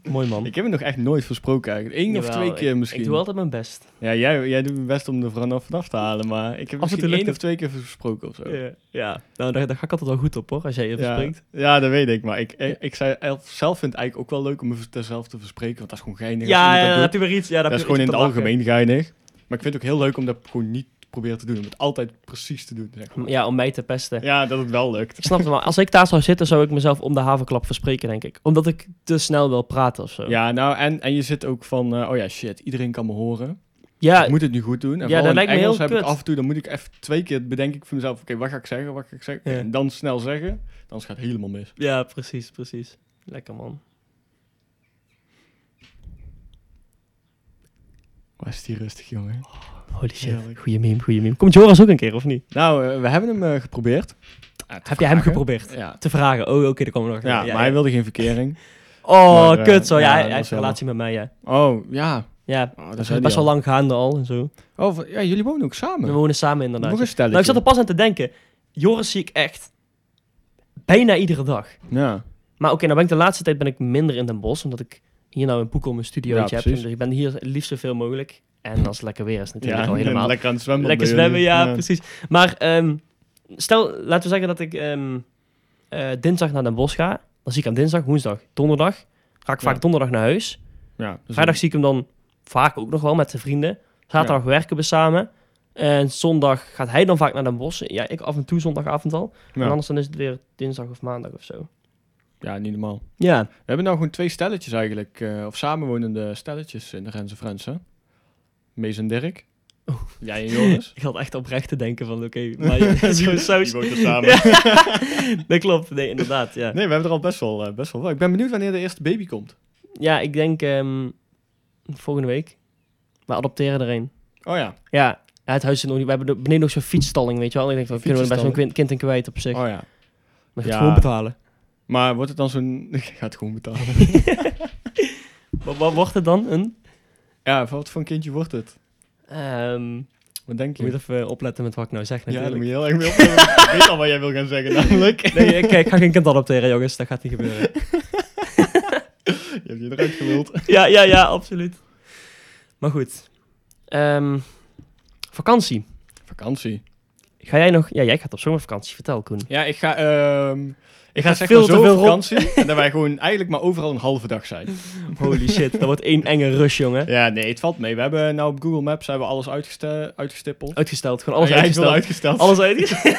S3: mooi man.
S1: Ik heb het nog echt nooit versproken eigenlijk. Eén of
S3: Jawel,
S1: twee
S3: ik-
S1: keer misschien.
S3: Ik doe altijd mijn best.
S1: Ja, jij, jij doet je best om er vanaf vanaf te halen, maar ik heb
S3: Af en toe
S1: misschien
S3: lukt
S1: één
S3: het.
S1: of twee keer versproken of zo.
S3: Ja, ja. nou daar, daar ga ik altijd wel goed op hoor, als jij je
S1: Ja,
S3: verspreekt.
S1: ja, dat weet ik. Maar ik, ik, ik zei, elf- zelf vind het eigenlijk ook wel leuk om mezelf zelf te verspreken. Want dat is gewoon geinig. als
S3: Ja,
S1: iemand
S3: ja,
S1: dat
S3: dan
S1: doet.
S3: heb je weer iets. Ja, dan
S1: dat
S3: heb
S1: is
S3: je
S1: gewoon
S3: weer
S1: in het
S3: iets om te lachen.
S1: algemeen geinig. Maar ik vind het ook heel leuk om dat gewoon niet te proberen te doen. Om het altijd precies te doen. zeg maar.
S3: Ja, om mij te pesten.
S1: Ja, dat het wel lukt.
S3: Ik snap het wel. Als ik daar zou zitten, zou ik mezelf om de haverklap verspreken, denk ik. Omdat ik te snel wil praten of zo.
S1: Ja, nou, en, en je zit ook van, eh, oh ja, shit, iedereen kan me horen.
S3: ja,
S1: ik moet het nu goed doen. En
S3: ja,
S1: vooral
S3: dat
S1: in
S3: lijkt me
S1: Engels
S3: heel
S1: heb ik
S3: kut.
S1: af en toe, dan moet ik even twee keer bedenk ik voor mezelf, oké, wat ga ik zeggen, wat ga ik zeggen?
S3: Ja.
S1: En dan snel zeggen, dan gaat het helemaal mis.
S3: ja, precies, precies. Lekker man. Oh,
S1: Was die rustig, jongen?
S3: Holy shit.
S1: Heerlijk.
S3: Goeie meme, goeie meme. Komt Joras ook een keer, of niet?
S1: Nou, eh, we hebben hem eh, geprobeerd. Eh, te
S3: Ah, Heb je hem
S1: vragen.
S3: geprobeerd?
S1: Ja.
S3: Te vragen. Oh, oké, daar komen we nog.
S1: Ja, maar hij wilde geen verkering.
S3: Oh,
S1: Maar, eh,
S3: kut zo. Ja,
S1: ja,
S3: hij,
S1: dat
S3: hij heeft
S1: was
S3: een relatie met mij, ja.
S1: Oh, ja.
S3: Ja,
S1: Oh,
S3: dat is
S1: zei
S3: best
S1: hij
S3: wel lang gaande al en zo.
S1: al. Oh, v- ja, jullie wonen ook samen.
S3: We wonen samen inderdaad.
S1: Nog een
S3: Nou,
S1: stelletje.
S3: ik zat er pas aan te denken. Joris zie ik echt bijna iedere dag.
S1: Ja,
S3: Maar oké, nou ben ik de laatste tijd ben ik minder in Den Bosch, omdat ik hier nou in Boekel mijn studiootje
S1: Ja,
S3: heb.
S1: precies.
S3: Dus ik ben hier het liefst zoveel mogelijk. En als het lekker weer is natuurlijk
S1: ja
S3: al helemaal. Lekker,
S1: lekker aan het zwemmen. bij
S3: zwemmen,
S1: jullie.
S3: ja, precies. Maar ehm, stel, laten we zeggen dat ik ehm, eh, dinsdag naar Den Bosch ga. Dan zie ik hem dinsdag, woensdag, donderdag. Ga ik vaak
S1: Ja.
S3: donderdag naar huis.
S1: Ja, dus
S3: Vrijdag zie ik hem dan vaak ook nog wel met zijn vrienden. Zaterdag werken we samen. En zondag gaat hij dan vaak naar Den Bosch. Ja, ik af en toe zondagavond al. En
S1: Ja.
S3: anders dan is het weer dinsdag of maandag of zo.
S1: ja, niet normaal.
S3: Ja,
S1: We hebben nou gewoon twee stelletjes eigenlijk, eh, of samenwonende stelletjes in de Rens en Friends, hè? Mees en Dirk. Jij en Joris.
S3: Ik had echt oprecht te denken van, oké, maar het is gewoon saus.
S1: Die woont er samen.
S3: Dat klopt, nee, inderdaad, ja.
S1: Nee, we hebben er al best wel, eh, best wel wat. Ik ben benieuwd wanneer de eerste baby komt.
S3: Ja, ik denk ehm, volgende week. We adopteren er een.
S1: Oh ja.
S3: Ja, ja, het huis is nog niet... We hebben de- beneden nog zo'n fietsstalling, weet je wel. En ik denk, we kunnen we er best wel een kwin- kind in kwijt op zich.
S1: Oh ja.
S3: Dan gaat
S1: ja.
S3: het gewoon betalen.
S1: Maar wordt het dan zo'n... Ik ga het gewoon betalen.
S3: Wat, wat wordt het dan? Een?
S1: ja, voor wat voor een kindje wordt het?
S3: Ehm,
S1: Wat denk
S4: Je moet
S1: je?
S4: even opletten met wat ik nou zeg
S1: Ja, dan
S4: natuurlijk.
S1: moet je heel erg mee opletten. Ik weet al wat jij wil gaan zeggen namelijk.
S4: Nee, ik, ik ga geen kind adopteren, jongens. Dat gaat niet gebeuren.
S1: Je hebt je eruit gewild.
S3: ja, ja, ja, absoluut. Maar goed. Ehm, vakantie.
S1: Vakantie.
S3: Ga jij nog... Ja, jij gaat op zomervakantie. Vertel, Koen.
S1: Ja, ik ga... ehm ik ga
S3: gaat
S1: zeg
S3: veel
S1: maar
S3: te
S1: zo
S3: veel
S1: op
S3: rond.
S1: vakantie. en dat wij gewoon eigenlijk maar overal een halve dag zijn.
S3: Holy shit, dat wordt één enge rush, jongen.
S1: Ja, nee, het valt mee. We hebben nou op Google Maps hebben we alles uitgeste- uitgestippeld.
S3: Uitgesteld, gewoon alles
S1: Ja, ik wil uitgesteld.
S3: uitgesteld. Alles uitgesteld.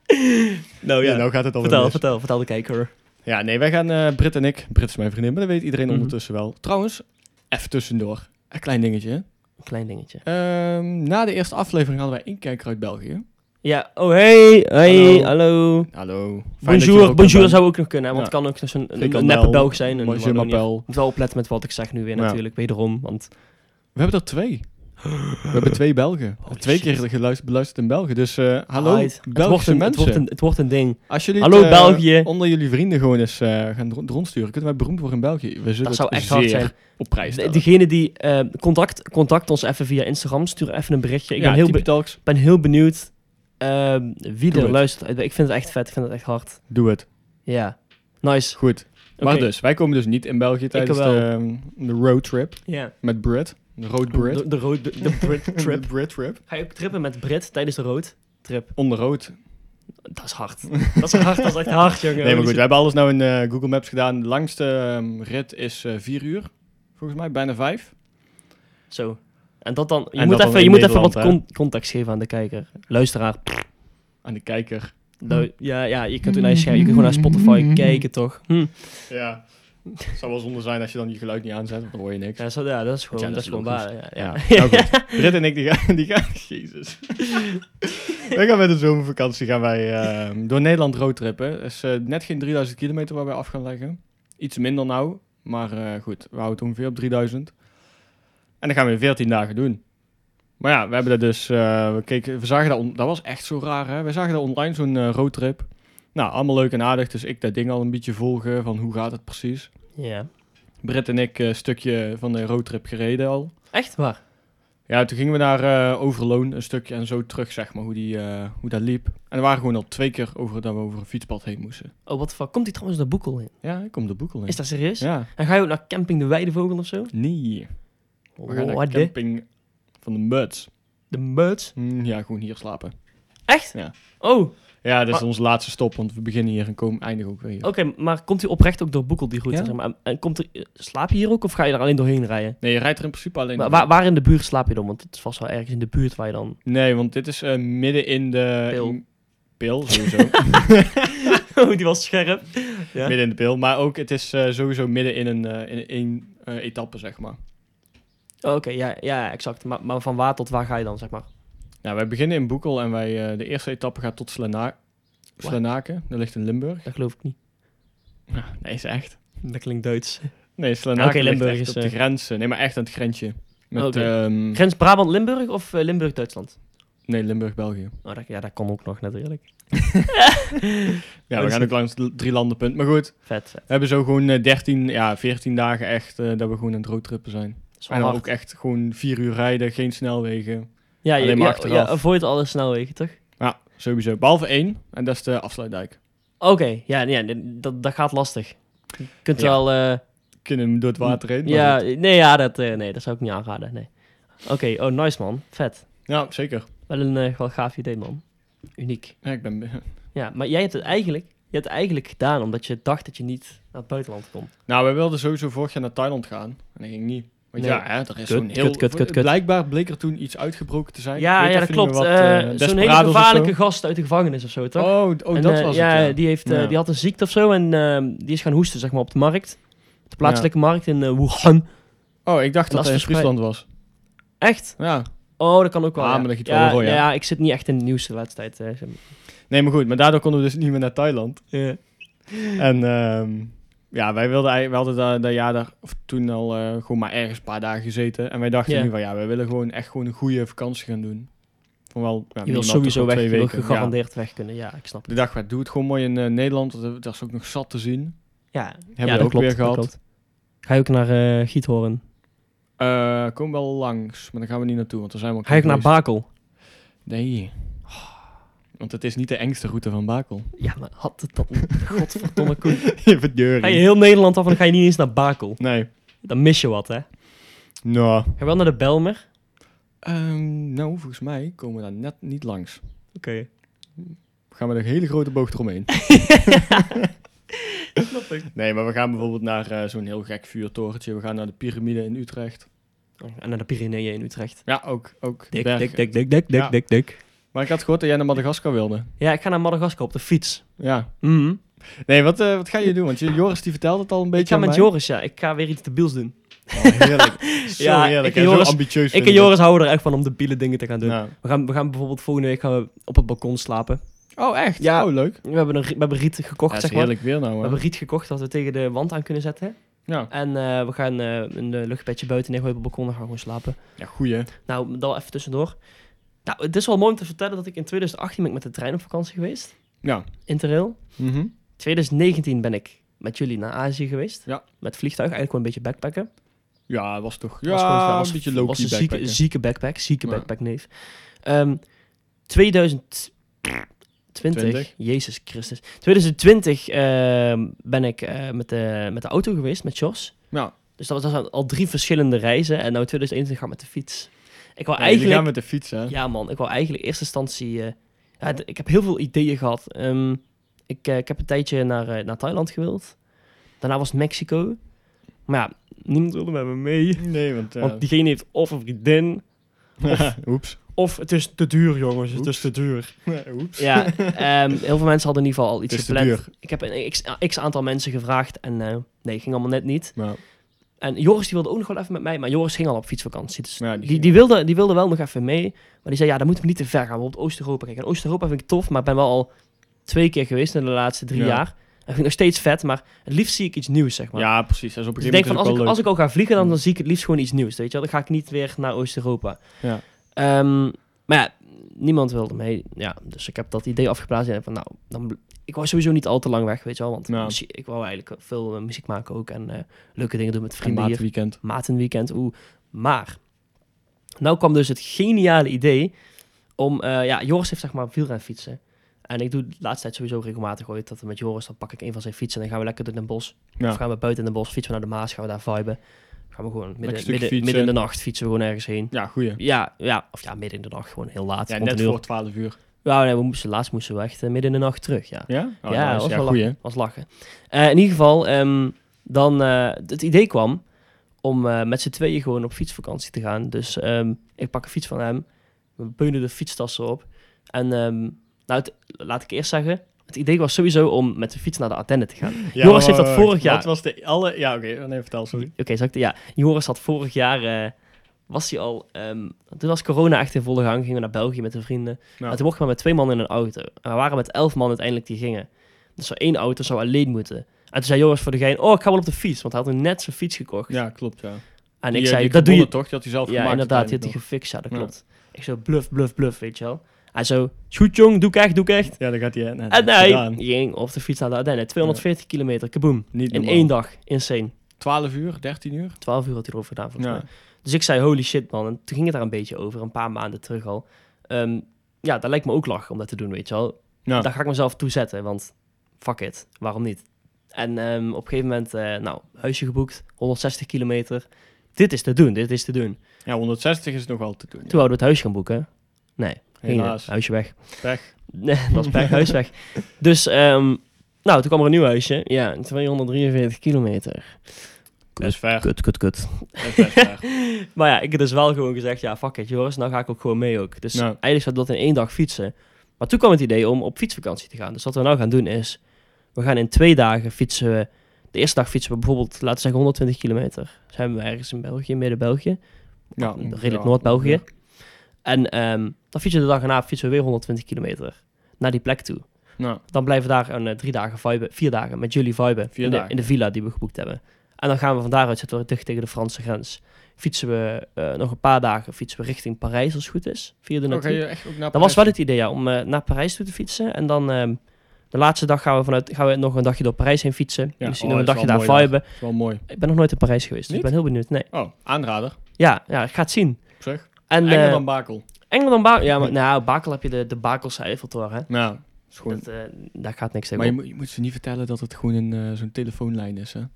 S3: nou ja,
S1: Ja, nou gaat het al
S3: vertel,
S1: mis.
S3: vertel, vertel de kijker.
S1: Ja, nee, wij gaan, eh Brit en ik, Brit is mijn vriendin, maar dat weet iedereen
S3: Mhm.
S1: ondertussen wel. Trouwens, even tussendoor, een klein dingetje. hè.
S3: Een klein dingetje.
S1: Ehm, na de eerste aflevering hadden wij één kijker uit België.
S3: Ja, oh hey, hey, hallo.
S1: Hallo. Hallo.
S3: Bonjour, bonjour zou ook nog kunnen, hè, want
S1: Ja.
S3: het kan ook zo'n een,
S1: Ik kan
S3: een neppe
S1: wel.
S3: Belg zijn. en we
S1: Bonjour,
S3: hadden ook niet-
S1: Mapel.
S3: Moet wel opletten met wat ik zeg nu weer
S1: Ja.
S3: natuurlijk, wederom, want...
S1: We hebben er twee. We hebben twee Belgen.
S3: Holy
S1: twee
S3: Oh, shit.
S1: keer geluisterd, beluisterd in België. Dus eh, hallo,
S3: Right. Het wordt
S1: Belgische
S3: een-
S1: mensen.
S3: Het wordt, een, het wordt een ding.
S1: Als jullie
S3: Hallo,
S1: eh,
S3: België.
S1: onder jullie vrienden gewoon eens eh, gaan dro- rondsturen, kunnen wij beroemd worden in België. We zullen
S3: Dat
S1: het
S3: zou echt
S1: zeer
S3: hard zijn.
S1: op prijs stellen.
S3: Degene die eh, contact, contact ons even via Instagram, stuur even een berichtje. Ik
S1: ja,
S3: ben, heel
S1: Type
S3: be-
S1: Talks,
S3: ben heel benieuwd ehm, wie
S1: Doe
S3: er
S1: het.
S3: luistert. Ik vind het echt vet, ik vind het echt hard.
S1: doe het.
S3: Ja, nice.
S1: Goed. Maar
S3: Oké.
S1: dus, wij komen dus niet in België tijdens de,
S3: wel.
S1: ehm, de roadtrip
S3: Ja.
S1: met Brit. De road Brit.
S3: De, de, road, de, de Brit trip.
S1: De Brit trip.
S3: Ga je ook trippen met Brit tijdens de road trip?
S1: Onder rood.
S3: Dat is hard. Dat is hard, dat is echt hard, jongen.
S1: Nee, maar goed, we hebben alles nou in eh, Google Maps gedaan. De langste ehm, rit is eh, vier uur, volgens mij, bijna vijf.
S3: Zo. En dat dan... Je
S1: En
S3: moet,
S1: dat
S3: even,
S1: dan
S3: je
S1: in
S3: moet even wat
S1: Nederland,
S3: con- context geven aan de kijker. Luisteraar.
S1: Aan de kijker.
S3: Lu- ja, ja, je kunt, ook naar je scherm, je kunt gewoon naar Spotify kijken, toch? Hm.
S1: Ja. Het zou wel zonde zijn als je dan je geluid niet aanzet, want dan hoor je niks.
S3: Ja, zo, ja, dat is gewoon,
S1: Ja,
S3: dat
S1: dat
S3: is
S1: is
S3: gewoon
S1: logisch.
S3: waar. Ja, ja.
S1: Ja, nou goed. Britt en ik, die gaan... Die gaan Jezus. wij gaan met de zomervakantie gaan wij, ehm, door Nederland roadtrippen. Dat is eh, net geen 3000 kilometer waar wij af gaan leggen. Iets minder nou, maar eh, goed, we houden het ongeveer op 3000. En dan gaan we in 14 dagen doen. Maar ja, we hebben dat dus... eh, we, keken, we zagen dat... on- dat was echt zo raar, hè? We zagen dat online, zo'n eh, roadtrip. Nou, allemaal leuk en aardig. Dus ik dat ding al een beetje volgen van hoe gaat het precies.
S3: Ja.
S1: Britt en ik eh, een stukje van de roadtrip gereden al.
S3: Echt waar?
S1: Ja, toen gingen we naar eh, Overloon een stukje en zo terug, zeg maar, hoe, die, eh, hoe dat liep. En er waren gewoon al twee keer over dat we over een fietspad heen moesten.
S3: Oh, wat voor... Komt die trouwens naar Boekel in?
S1: Ja, ik kom de boekel in.
S3: Is dat serieus?
S1: Ja.
S3: En ga je ook naar Camping de Weidevogel of zo?
S1: Nee. We gaan naar
S3: What the-
S1: camping van de muts.
S3: De muts.
S1: Hm, ja, gewoon hier slapen.
S3: Echt?
S1: Ja.
S3: Oh, oké,
S1: Ja, dat is
S3: Maar-
S1: onze laatste stop, want we beginnen hier en komen eindigen ook weer
S3: Oh.
S1: hier.
S3: maar komt u oprecht ook door Boekel, die route?
S1: Ja.
S3: Zeg maar? En- En komt er, slaap je hier ook of ga je er alleen doorheen rijden?
S1: Nee, je rijdt er in principe alleen...
S3: Maar, waar, waar in de buurt slaap je dan? Want het is vast wel ergens in de buurt waar je dan...
S1: Nee, want dit is eh, midden in de...
S3: Pil.
S1: in- Pil, sowieso.
S3: Oh, die was scherp. Ja.
S1: Midden in de pil. Maar ook, het is eh, sowieso midden in een, eh, in een eh, etappe, zeg maar.
S3: Oh, Oké, ja, ja, exact. Maar, maar van waar tot waar ga je dan, zeg maar?
S1: Nou, wij beginnen in Boekel en wij, eh, de eerste etappe gaat tot Slena Slenaken. Dat ligt in Limburg.
S3: Dat geloof ik niet.
S1: Nee, is echt.
S3: Dat klinkt Duits.
S1: Nee, Slenaken
S3: Oké,
S1: ligt
S3: Limburg
S1: echt
S3: is,
S1: op
S3: eh,
S1: de grens. Nee, maar echt aan het grensje. Met,
S3: Oké.
S1: ehm,
S3: Grens Brabant-Limburg of eh, Limburg-Duitsland?
S1: nee, Limburg-België.
S3: Oh, dat, ja, dat kan ook nog, natuurlijk.
S1: Ja, we gaan ook langs het drie landenpunt. Maar goed,
S3: Vet, vet.
S1: we hebben zo gewoon eh, 13, ja, 14 dagen echt eh, dat we gewoon aan het roadtrippen zijn.
S3: Dat is wel
S1: En dan
S3: hard.
S1: ook echt gewoon vier uur rijden, geen snelwegen.
S3: Ja, je,
S1: alleen maar
S3: ja,
S1: achteraf.
S3: ja, voor je het alle snelwegen, toch?
S1: Ja, sowieso. Behalve één, en dat is de afsluitdijk.
S3: Oké, ja, ja nee, dat, dat gaat lastig. Je kunt
S1: Ja.
S3: wel... eh,
S1: Kunnen hem door het water heen. maar
S3: ja,
S1: goed.
S3: nee, ja dat, eh, nee, dat zou ik niet aanraden, nee. Oké, oh, nice man. Vet.
S1: ja zeker.
S3: Wel een eh, wel gaaf idee, man. Uniek.
S1: Ja, ik ben...
S3: Ja, maar jij hebt het eigenlijk, je hebt het eigenlijk gedaan omdat je dacht dat je niet naar het buitenland kon.
S1: Nou, wij wilden sowieso vorig jaar naar Thailand gaan. En dat ging niet. Want
S3: Nee.
S1: ja, hè, er is
S3: Kut,
S1: zo'n heel...
S3: kut, kut, kut, kut.
S1: Blijkbaar bleek er toen iets uitgebroken te zijn.
S3: ja,
S1: Ik weet
S3: ja, dat
S1: even niet
S3: klopt.
S1: meer wat,
S3: Eh,
S1: eh,
S3: Zo'n hele
S1: Desperados of
S3: gevaarlijke
S1: zo.
S3: gast uit de gevangenis of zo, toch?
S1: Oh, d- oh
S3: En,
S1: dat
S3: eh,
S1: was
S3: ja,
S1: het, ja.
S3: Die, heeft, eh,
S1: Ja.
S3: die had een ziekte of zo en ehm, die is gaan hoesten, zeg maar, op de markt. Op de plaatselijke markt in eh, Wuhan.
S1: Oh, ik dacht
S3: Dat
S1: dat
S3: is
S1: hij in
S3: verspreid.
S1: Friesland was.
S3: Echt?
S1: Ja.
S3: Oh, dat kan ook wel.
S1: Ah,
S3: ja.
S1: maar dat giet wel
S3: ja,
S1: een rooie,
S3: ja,
S1: hè?
S3: ja, ik zit niet echt in het nieuws de laatste tijd. eh, zeg maar.
S1: Nee, maar goed. Maar daardoor konden we dus niet meer naar Thailand. En ehm, ja, wij wilden eigenlijk... We hadden daar, daar jaar daar, of toen al eh, gewoon maar ergens een paar dagen gezeten. En wij dachten
S3: Ja.
S1: nu van ja, wij willen gewoon echt gewoon een goede vakantie gaan doen. Van wel... Ja,
S3: je
S1: minimaal
S3: wil
S1: toch
S3: sowieso
S1: wel
S3: weg,
S1: twee
S3: je wil
S1: weken. Ja.
S3: gegarandeerd weg kunnen. Ja, ik snap het.
S1: De dag, wat doe het gewoon mooi in eh, Nederland. want Dat is ook nog zat te zien.
S3: Ja,
S1: Hebben
S3: ja,
S1: we
S3: dat
S1: ook
S3: klopt,
S1: weer
S3: dat
S1: gehad.
S3: klopt. Ga je ook naar eh Giethoorn?
S1: Eh, kom wel langs, maar dan gaan we niet naartoe, want dan zijn we al
S3: Ga ik naar
S1: geweest.
S3: Bakel?
S1: Nee. Want het is niet de engste route van Bakel.
S2: Ja, maar had het dat niet? Godverdomme Koen.
S1: Je bent
S3: Ga je heel Nederland af en dan ga je niet eens naar Bakel.
S1: Nee.
S3: Dan mis je wat, hè? Ga
S1: Nou.
S3: je wel naar de Belmer?
S1: Ehm, nou, volgens mij komen we daar net niet langs.
S3: Oké.
S1: Gaan we een hele grote boog eromheen.
S3: Snap ik.
S1: Nee, maar we gaan bijvoorbeeld naar eh, zo'n heel gek vuurtorentje. We gaan naar de piramide in Utrecht.
S3: Oh, En naar de Pyreneeën in Utrecht.
S1: Ja, ook. ook
S3: Dik,
S1: bergen.
S3: dik, dik, dik, dik, dik,
S1: Ja.
S3: dik, dik.
S1: Maar ik had gehoord dat jij naar Madagaskar wilde.
S3: Ja, ik ga naar Madagaskar op de fiets.
S1: Ja.
S3: Mhm.
S1: Nee, wat, eh, wat ga je doen? Want je- Joris die vertelde het al een beetje
S3: Ik ga
S1: aan
S3: met
S1: mij.
S3: Joris, ja. Ik ga weer iets debiels doen.
S1: Oh, heerlijk. Zo
S3: Ja,
S1: heerlijk.
S3: ik en
S1: en
S3: Joris-
S1: zo ambitieus
S3: Ik
S1: vind
S3: en Joris houden er echt van om debiele dingen te gaan doen.
S1: Ja.
S3: We, gaan, we gaan bijvoorbeeld volgende week gaan we op het balkon slapen.
S1: Oh, echt?
S3: Ja.
S1: Oh, leuk.
S3: We hebben, een, ri- we hebben riet
S1: Ja,
S3: gekocht,
S1: het is
S3: zeg maar.
S1: heerlijk weer
S3: We
S1: nou. hè.
S3: hebben riet gekocht dat we tegen de wand aan kunnen zetten.
S1: Ja.
S3: En eh, we gaan eh, een eh, luchtbedje buiten neergooien op het balkon en gaan we gewoon slapen.
S1: ja, goeie. hè?
S3: Nou, dan even tussendoor. Nou, het is wel mooi om te vertellen dat ik in 2018 ben ik met de trein op vakantie geweest.
S1: Ja.
S3: Interrail.
S1: Mhm.
S3: 2019 ben ik met jullie naar Azië geweest.
S1: Ja.
S3: Met vliegtuig, eigenlijk gewoon een beetje backpacken.
S1: Ja, was toch ja,
S3: Was gewoon gaaf.
S1: een beetje low
S3: was een zieke, zieke backpack, zieke
S1: Ja.
S3: backpack neef. Ehm 2020,
S1: Twintig.
S3: Jezus Christus. 2020 ehm, ben ik eh, met, de, met de auto geweest, met Jos.
S1: Ja.
S3: Dus dat, was, dat zijn al drie verschillende reizen. En nou 2021 ga ik met de fiets. Ik wou
S1: Eigenlijk...
S3: eigenlijk...
S1: gaan met de fiets, hè?
S3: Ja, man. Ik wou eigenlijk in eerste instantie... eh, ja, d- ik heb heel veel ideeën gehad. Ehm, ik, eh, ik heb een tijdje naar, eh, naar Thailand gewild. Daarna was het Mexico. Maar ja, niemand wilde met me mee.
S1: Nee, want... eh,
S3: Want diegene heeft of een vriendin...
S1: Oeps.
S3: Of het is te duur, jongens.
S1: het
S3: is te duur.
S1: Oeps.
S3: Ja, ehm, heel veel mensen hadden in ieder geval al iets
S1: Het is te
S3: gepland.
S1: duur.
S3: Ik heb een x, a- x aantal mensen gevraagd en eh, nee, ging allemaal net niet.
S1: Maar,
S3: En Joris die wilde ook nog wel even met mij, maar Joris ging al op fietsvakantie. Dus
S1: Ja, die
S3: die,
S1: ging
S3: die, wilde, die wilde wel nog even mee. Maar die zei, ja, dan moeten we niet te ver gaan. Bijvoorbeeld Oost-Europa kijken. En Oost-Europa vind ik tof, maar ik ben wel al twee keer geweest in de laatste drie
S1: Ja.
S3: jaar. En vind ik nog steeds vet, maar het liefst zie ik iets nieuws, zeg maar.
S1: ja, precies. Dat is op een
S3: Dus ik
S1: gegeven
S3: denk van,
S1: moment
S3: als ik,
S1: ook wel
S3: als ik al ga vliegen, dan,
S1: Hmm.
S3: dan zie ik het liefst gewoon iets nieuws, weet je wel. Dan ga ik niet weer naar Oost-Europa.
S1: Ja.
S3: Ehm, maar ja, niemand wilde mee. Ja, dus ik heb dat idee afgeplaatst. En van, nou, dan, bl- ik was sowieso niet al te lang weg, weet je wel. Want
S1: Ja.
S3: muzie- ik wou eigenlijk veel eh, muziek maken ook. En eh, leuke dingen doen met
S1: leuk. Een
S3: vrienden hier.
S1: maatweekend.
S3: Matenweekend, oeh. Maar, nou kwam dus het geniale idee om... eh, ja, Joris heeft zeg maar wielrenfietsen. En ik doe de laatste tijd sowieso regelmatig ooit dat met Joris... dan pak ik een van zijn fietsen en dan gaan we lekker door Den bos.
S1: Ja.
S3: Of gaan we buiten in Den bos, fietsen we naar de Maas, gaan we daar viben. Gaan we gewoon midden,
S1: stukje
S3: midden,
S1: fietsen.
S3: midden in de nacht fietsen we gewoon ergens heen.
S1: Ja, goeie.
S3: Ja, ja, of ja, midden in de nacht, gewoon heel laat.
S1: Ja,
S3: rond
S1: net
S3: een uur.
S1: voor 12 uur.
S3: Ja, nee, we moesten, laatst moesten we echt eh, midden in de nacht terug, ja.
S1: Ja? Oh,
S3: ja,
S1: nice.
S3: was
S1: ja
S3: wel
S1: goeie. hè?
S3: was lachen. Eh, in ieder geval, ehm, dan eh, het idee kwam om eh, met z'n tweeën gewoon op fietsvakantie te gaan. Dus ehm, ik pak een fiets van hem, we beunen de fietstassen op. En ehm, nou, het- laat ik eerst zeggen, het idee was sowieso om met de fiets naar de Ardennen te gaan.
S1: Ja,
S3: Joris heeft dat
S1: maar-
S3: vorig jaar-
S1: Dat was de alle... Ja, oké. Nee, vertel, sorry.
S3: Oké, zal ik de- ja, Joris had vorig jaar, eh, was hij al, ehm, toen was corona echt in volle gang, gingen we naar België met de vrienden.
S1: Ja.
S3: En toen mochten we met twee man in een auto. En we waren met elf man uiteindelijk die gingen. Dus er één auto zou alleen moeten. En toen zei Joris voor degene, oh, ik ga wel op de fiets, want hij had toen net zijn fiets gekocht.
S1: Ja, klopt, ja.
S3: En
S1: Die,
S3: ik
S1: eh,
S3: zei,
S1: die
S3: dat doe je.
S1: gewonnen toch? Die had hij zelf
S3: Ja,
S1: gemaakt.
S3: inderdaad, die had hij
S1: uiteindelijk
S3: gefixt, ja, dat
S1: Ja.
S3: klopt. Ik zo, bluff, bluff, bluff, weet je wel. Hij zo, goed jong, doe ik echt, doe ik echt.
S1: nog. Ja, daar gaat hij... hè? Nee,
S3: En
S1: dat heeft hij
S3: hij
S1: gedaan.
S3: ging op de fiets naar de Ardennen. 240 kilometer, kaboom.
S1: Niet
S3: In
S1: normaal.
S3: één dag, insane.
S1: 12 uur, 13 uur.
S3: 12 uur had hij erover gedaan, volgens mij.
S1: Ja.
S3: Dus ik zei, holy shit man. En toen ging het daar een beetje over, een paar maanden terug al. Ehm, ja, dat lijkt me ook lachen om dat te doen, weet je wel.
S1: Ja.
S3: Daar ga ik mezelf toe zetten, want fuck it, waarom niet? En ehm, op een gegeven moment, eh, nou, huisje geboekt, 160 kilometer. Dit is te doen, dit is te doen.
S1: Ja, 160 is nog wel te doen. ja.
S3: Toen wouden we het huis gaan boeken. Nee, ging niet.
S1: Helaas.
S3: huisje weg.
S1: Pech.
S3: Nee, dat was bij huis weg. Dus, ehm, nou, toen kwam er een nieuw huisje. Ja, 243 kilometer.
S1: Dat is ver.
S3: Kut, kut, kut.
S1: Dat is best ver.
S3: Maar ja, ik heb dus wel gewoon gezegd, ja, fuck it, Joris, nou ga ik ook gewoon mee ook. Dus
S1: Ja.
S3: eigenlijk zouden we dat in één dag fietsen. Maar toen kwam het idee om op fietsvakantie te gaan. Dus wat we nou gaan doen is, we gaan in twee dagen fietsen we... De eerste dag fietsen we bijvoorbeeld, laten we zeggen, 120 kilometer. Zijn we ergens in België, midden-België.
S1: Ja,
S3: redelijk
S1: ja,
S3: Noord-België.
S1: ongeveer.
S3: En ehm, dan fietsen we de dag erna, fietsen we weer 120 kilometer naar die plek toe.
S1: Nou,
S3: Dan blijven we daar een, eh, drie dagen viben, vier dagen met jullie viben.
S1: Vier
S3: in, de,
S1: dagen.
S3: in de villa die we geboekt hebben. En dan gaan we van daaruit zitten we dicht tegen de Franse grens. Fietsen we eh, nog een paar dagen fietsen we richting Parijs als het goed is. Via de
S1: dan ga
S3: natuur.
S1: je echt ook naar
S3: Dan was wel
S1: Parijs.
S3: het idee ja, om eh, naar Parijs toe te fietsen. En dan ehm, de laatste dag gaan we, vanuit, gaan we nog een dagje door Parijs heen fietsen.
S1: Ja,
S3: Misschien
S1: oh,
S3: nog een
S1: dat is
S3: dagje daar
S1: wel mooi
S3: viben.
S1: Wel mooi.
S3: Ik ben nog nooit in Parijs geweest, dus
S1: Niet?
S3: ik ben heel benieuwd. Nee.
S1: Oh, aanrader.
S3: Ja, ja, gaat zien.
S1: op zich.
S3: En eh,
S1: Engeland Bakel.
S3: Engeland en Bakel. Ja, maar nou, Bakel heb je de, de Bakelse Eiffeltoren. Hè?
S1: Nou, is gewoon...
S3: Dat, eh, daar gaat niks tegen.
S1: maar je,
S3: op.
S1: moet- je moet ze niet vertellen dat het gewoon een, eh, zo'n telefoonlijn is, hè?
S3: Een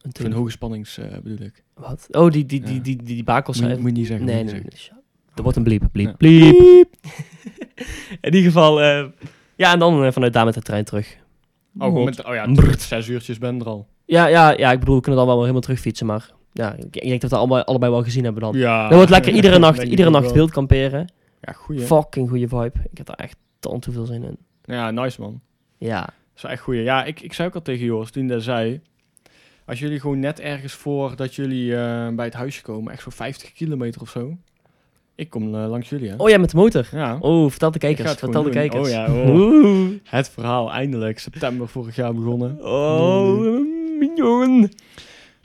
S1: Zo'n
S3: tele-
S1: hoge spannings, eh, bedoel ik.
S3: Wat? Oh, die, die, die,
S1: Ja.
S3: die, die, die Bakelse
S1: Moet, je-
S3: Eiffeltoren.
S1: moet je niet zeggen.
S3: Nee, nee,
S1: moet je
S3: nee.
S1: niet
S3: Er wordt een bliep, bliep,
S1: Ja.
S3: bliep. In ieder geval, eh, ja, en dan eh, vanuit daar met de trein terug.
S1: zeggen. Oh, moment, oh ja,
S3: Brrrt.
S1: zes uurtjes ben er al.
S3: Ja, ja, ja, ik bedoel, we kunnen dan wel weer helemaal terugfietsen, maar ja, ik ik denk dat we allebei, allebei wel gezien hebben dan.
S1: Ja.
S3: Dan wordt lekker iedere nacht,
S1: Denk ik
S3: iedere
S1: ook
S3: nacht
S1: wel.
S3: wild kamperen.
S1: Ja, goeie. hè?
S3: Fucking goede vibe. Ik heb daar echt tant te veel zin in.
S1: Ja, nice man.
S3: Ja.
S1: Dat is wel echt goeie. Ja, ik, ik zei ook al tegen Joost toen hij dat zei. Als jullie gewoon net ergens voor dat jullie eh, bij het huisje komen, echt zo'n 50 kilometer of zo. Ik kom eh, langs jullie, hè?
S3: Oh ja, met de motor.
S1: Ja.
S3: Oh, vertel de
S1: Ik ga
S3: kijkers.
S1: het
S3: Vertel de
S1: gewoon doen.
S3: kijkers.
S1: Oh ja, oh.
S3: Oeh.
S1: Het verhaal eindelijk. September vorig jaar begonnen.
S3: Oh, mijn jongen.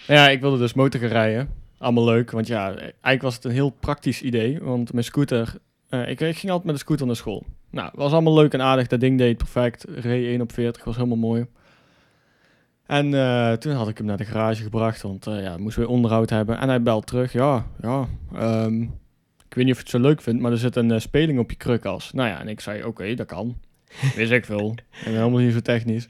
S1: Ja, ik wilde dus motor gaan rijden. Allemaal leuk, want ja, eigenlijk was het een heel praktisch idee. Want mijn scooter, eh, ik, ik ging altijd met de scooter naar school. Nou, was allemaal leuk en aardig. Dat ding deed het perfect. Reed 1 op 40, was helemaal mooi. En eh, toen had ik hem naar de garage gebracht, want eh ja, moesten we onderhoud hebben. En hij belt terug, ja, ja, ehm, ik weet niet of je het zo leuk vindt, maar er zit een eh, speling op je krukas. Nou ja, en ik zei, oké, dat kan. Wist ik veel. Ik ben helemaal niet zo technisch.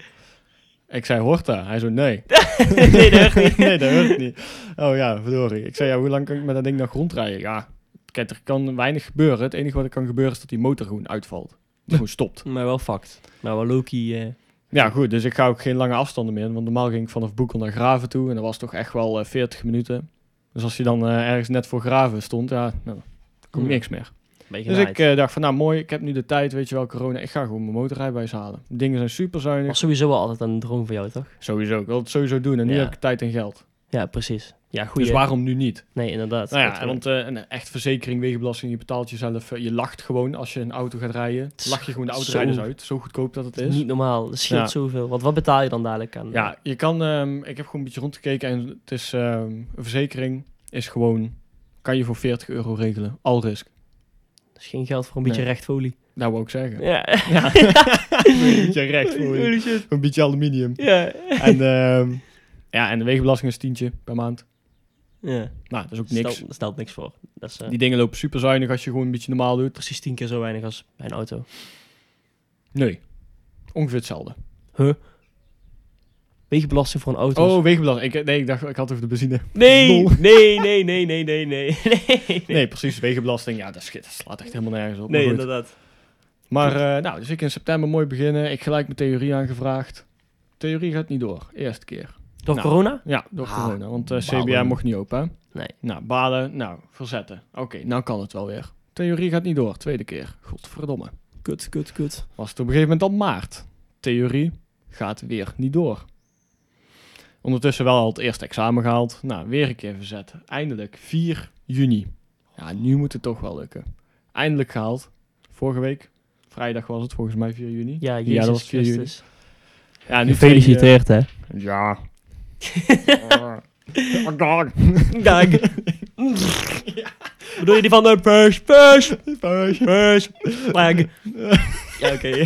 S1: Ik zei, hoort dat? Hij zo, nee.
S3: Nee, dat hoort niet.
S1: nee, dat hoort niet. Oh ja, verdorie. Ik zei, ja, hoe lang kan ik met dat ding nog rondrijden? Ja, kijk, er kan weinig gebeuren. Het enige wat er kan gebeuren is dat die motor gewoon uitvalt. Dat die gewoon stopt.
S3: Maar wel fucked. Maar wel Loki. eh,
S1: Ja, goed, dus ik ga ook geen lange afstanden meer. in, Want normaal ging ik vanaf Boekel naar Graven toe. En dat was toch echt wel eh, 40 minuten. Dus als hij dan eh, ergens net voor Graven stond, ja, nou, komt
S3: Ja.
S1: niks meer.
S3: beetje
S1: Dus
S3: genaaid.
S1: ik eh, dacht van, nou mooi, ik heb nu de tijd, weet je wel, corona. Ik ga gewoon mijn motorrijbewijs halen. Dingen zijn super zuinig.
S3: was sowieso wel altijd een droom van jou, toch?
S1: Sowieso, ik wil het sowieso doen. En nu
S3: Ja.
S1: heb ik tijd en geld.
S3: Ja, precies. Ja, goed.
S1: Dus waarom nu niet?
S3: Nee, inderdaad.
S1: Nou
S3: Dat,
S1: ja,
S3: eh,
S1: want eh, een echt verzekering, wegenbelasting, je betaalt jezelf. eh, je lacht gewoon als je een auto gaat rijden.
S3: is
S1: Lach je gewoon de
S3: zo-
S1: autorijders uit. Zo goedkoop dat het
S3: het is
S1: is.
S3: niet normaal. Dat scheelt
S1: Ja.
S3: zoveel. Want wat betaal je dan dadelijk aan?
S1: Ja, je kan. ehm, ik heb gewoon een beetje rondgekeken en het is ehm, een verzekering is gewoon kan je voor 40 euro regelen, al risk.
S3: Dus geen geld voor een
S1: Nee.
S3: beetje rechtfolie.
S1: Dat wou ik zeggen.
S3: Ja.
S1: Ja. een beetje recht voor je.
S3: Holy shit.
S1: een beetje aluminium.
S3: Ja.
S1: En ehm, ja, en de wegenbelasting is tientje per maand.
S3: ja.
S1: Nou, dat is ook
S3: Niks.
S1: niks.
S3: Stelt, stelt niks voor. Dat is eh,
S1: Die dingen lopen super zuinig als je gewoon een beetje normaal doet.
S3: precies tien keer zo weinig als bij een auto.
S1: Nee, ongeveer hetzelfde.
S3: Wegenbelasting voor een auto. is-
S1: Oh, wegenbelasting. Ik, nee, ik dacht ik had het over de benzine.
S3: nee,
S1: lol.
S3: nee, nee, nee, nee, nee, nee. Nee,
S1: Nee, precies. Wegenbelasting, ja, dat, is- dat slaat echt helemaal nergens op.
S3: nee
S1: maar, goed.
S3: inderdaad.
S1: maar eh, nou, dus ik in september mooi beginnen. Ik gelijk mijn theorie aangevraagd. Theorie gaat niet door. Eerste keer.
S3: Door
S1: Nou.
S3: corona?
S1: Ja, door
S3: Ah,
S1: corona. Want eh, CBA
S3: balen.
S1: mocht niet open, hè?
S3: Nee.
S1: Nou, balen. Nou, verzetten. Oké, nou kan het wel weer. Theorie gaat niet door. Tweede keer. Godverdomme.
S3: Kut, kut, kut.
S1: Was het op een gegeven moment al maart. Theorie gaat weer niet door. Ondertussen wel al het eerste examen gehaald. Nou, weer een keer verzet. Eindelijk 4 juni. Ja, nu moet het toch wel lukken. Eindelijk gehaald. Vorige week, vrijdag was het volgens mij 4 juni.
S3: Ja,
S1: dat
S3: Jezus ja,
S1: was 4 juni.
S3: Christus.
S1: Ja,
S3: Gefeliciteerd, hè.
S1: twee, eh, ja. Oh, God.
S3: Kijk. Bedoel je die van de push, push, push, flag? Ja, oké.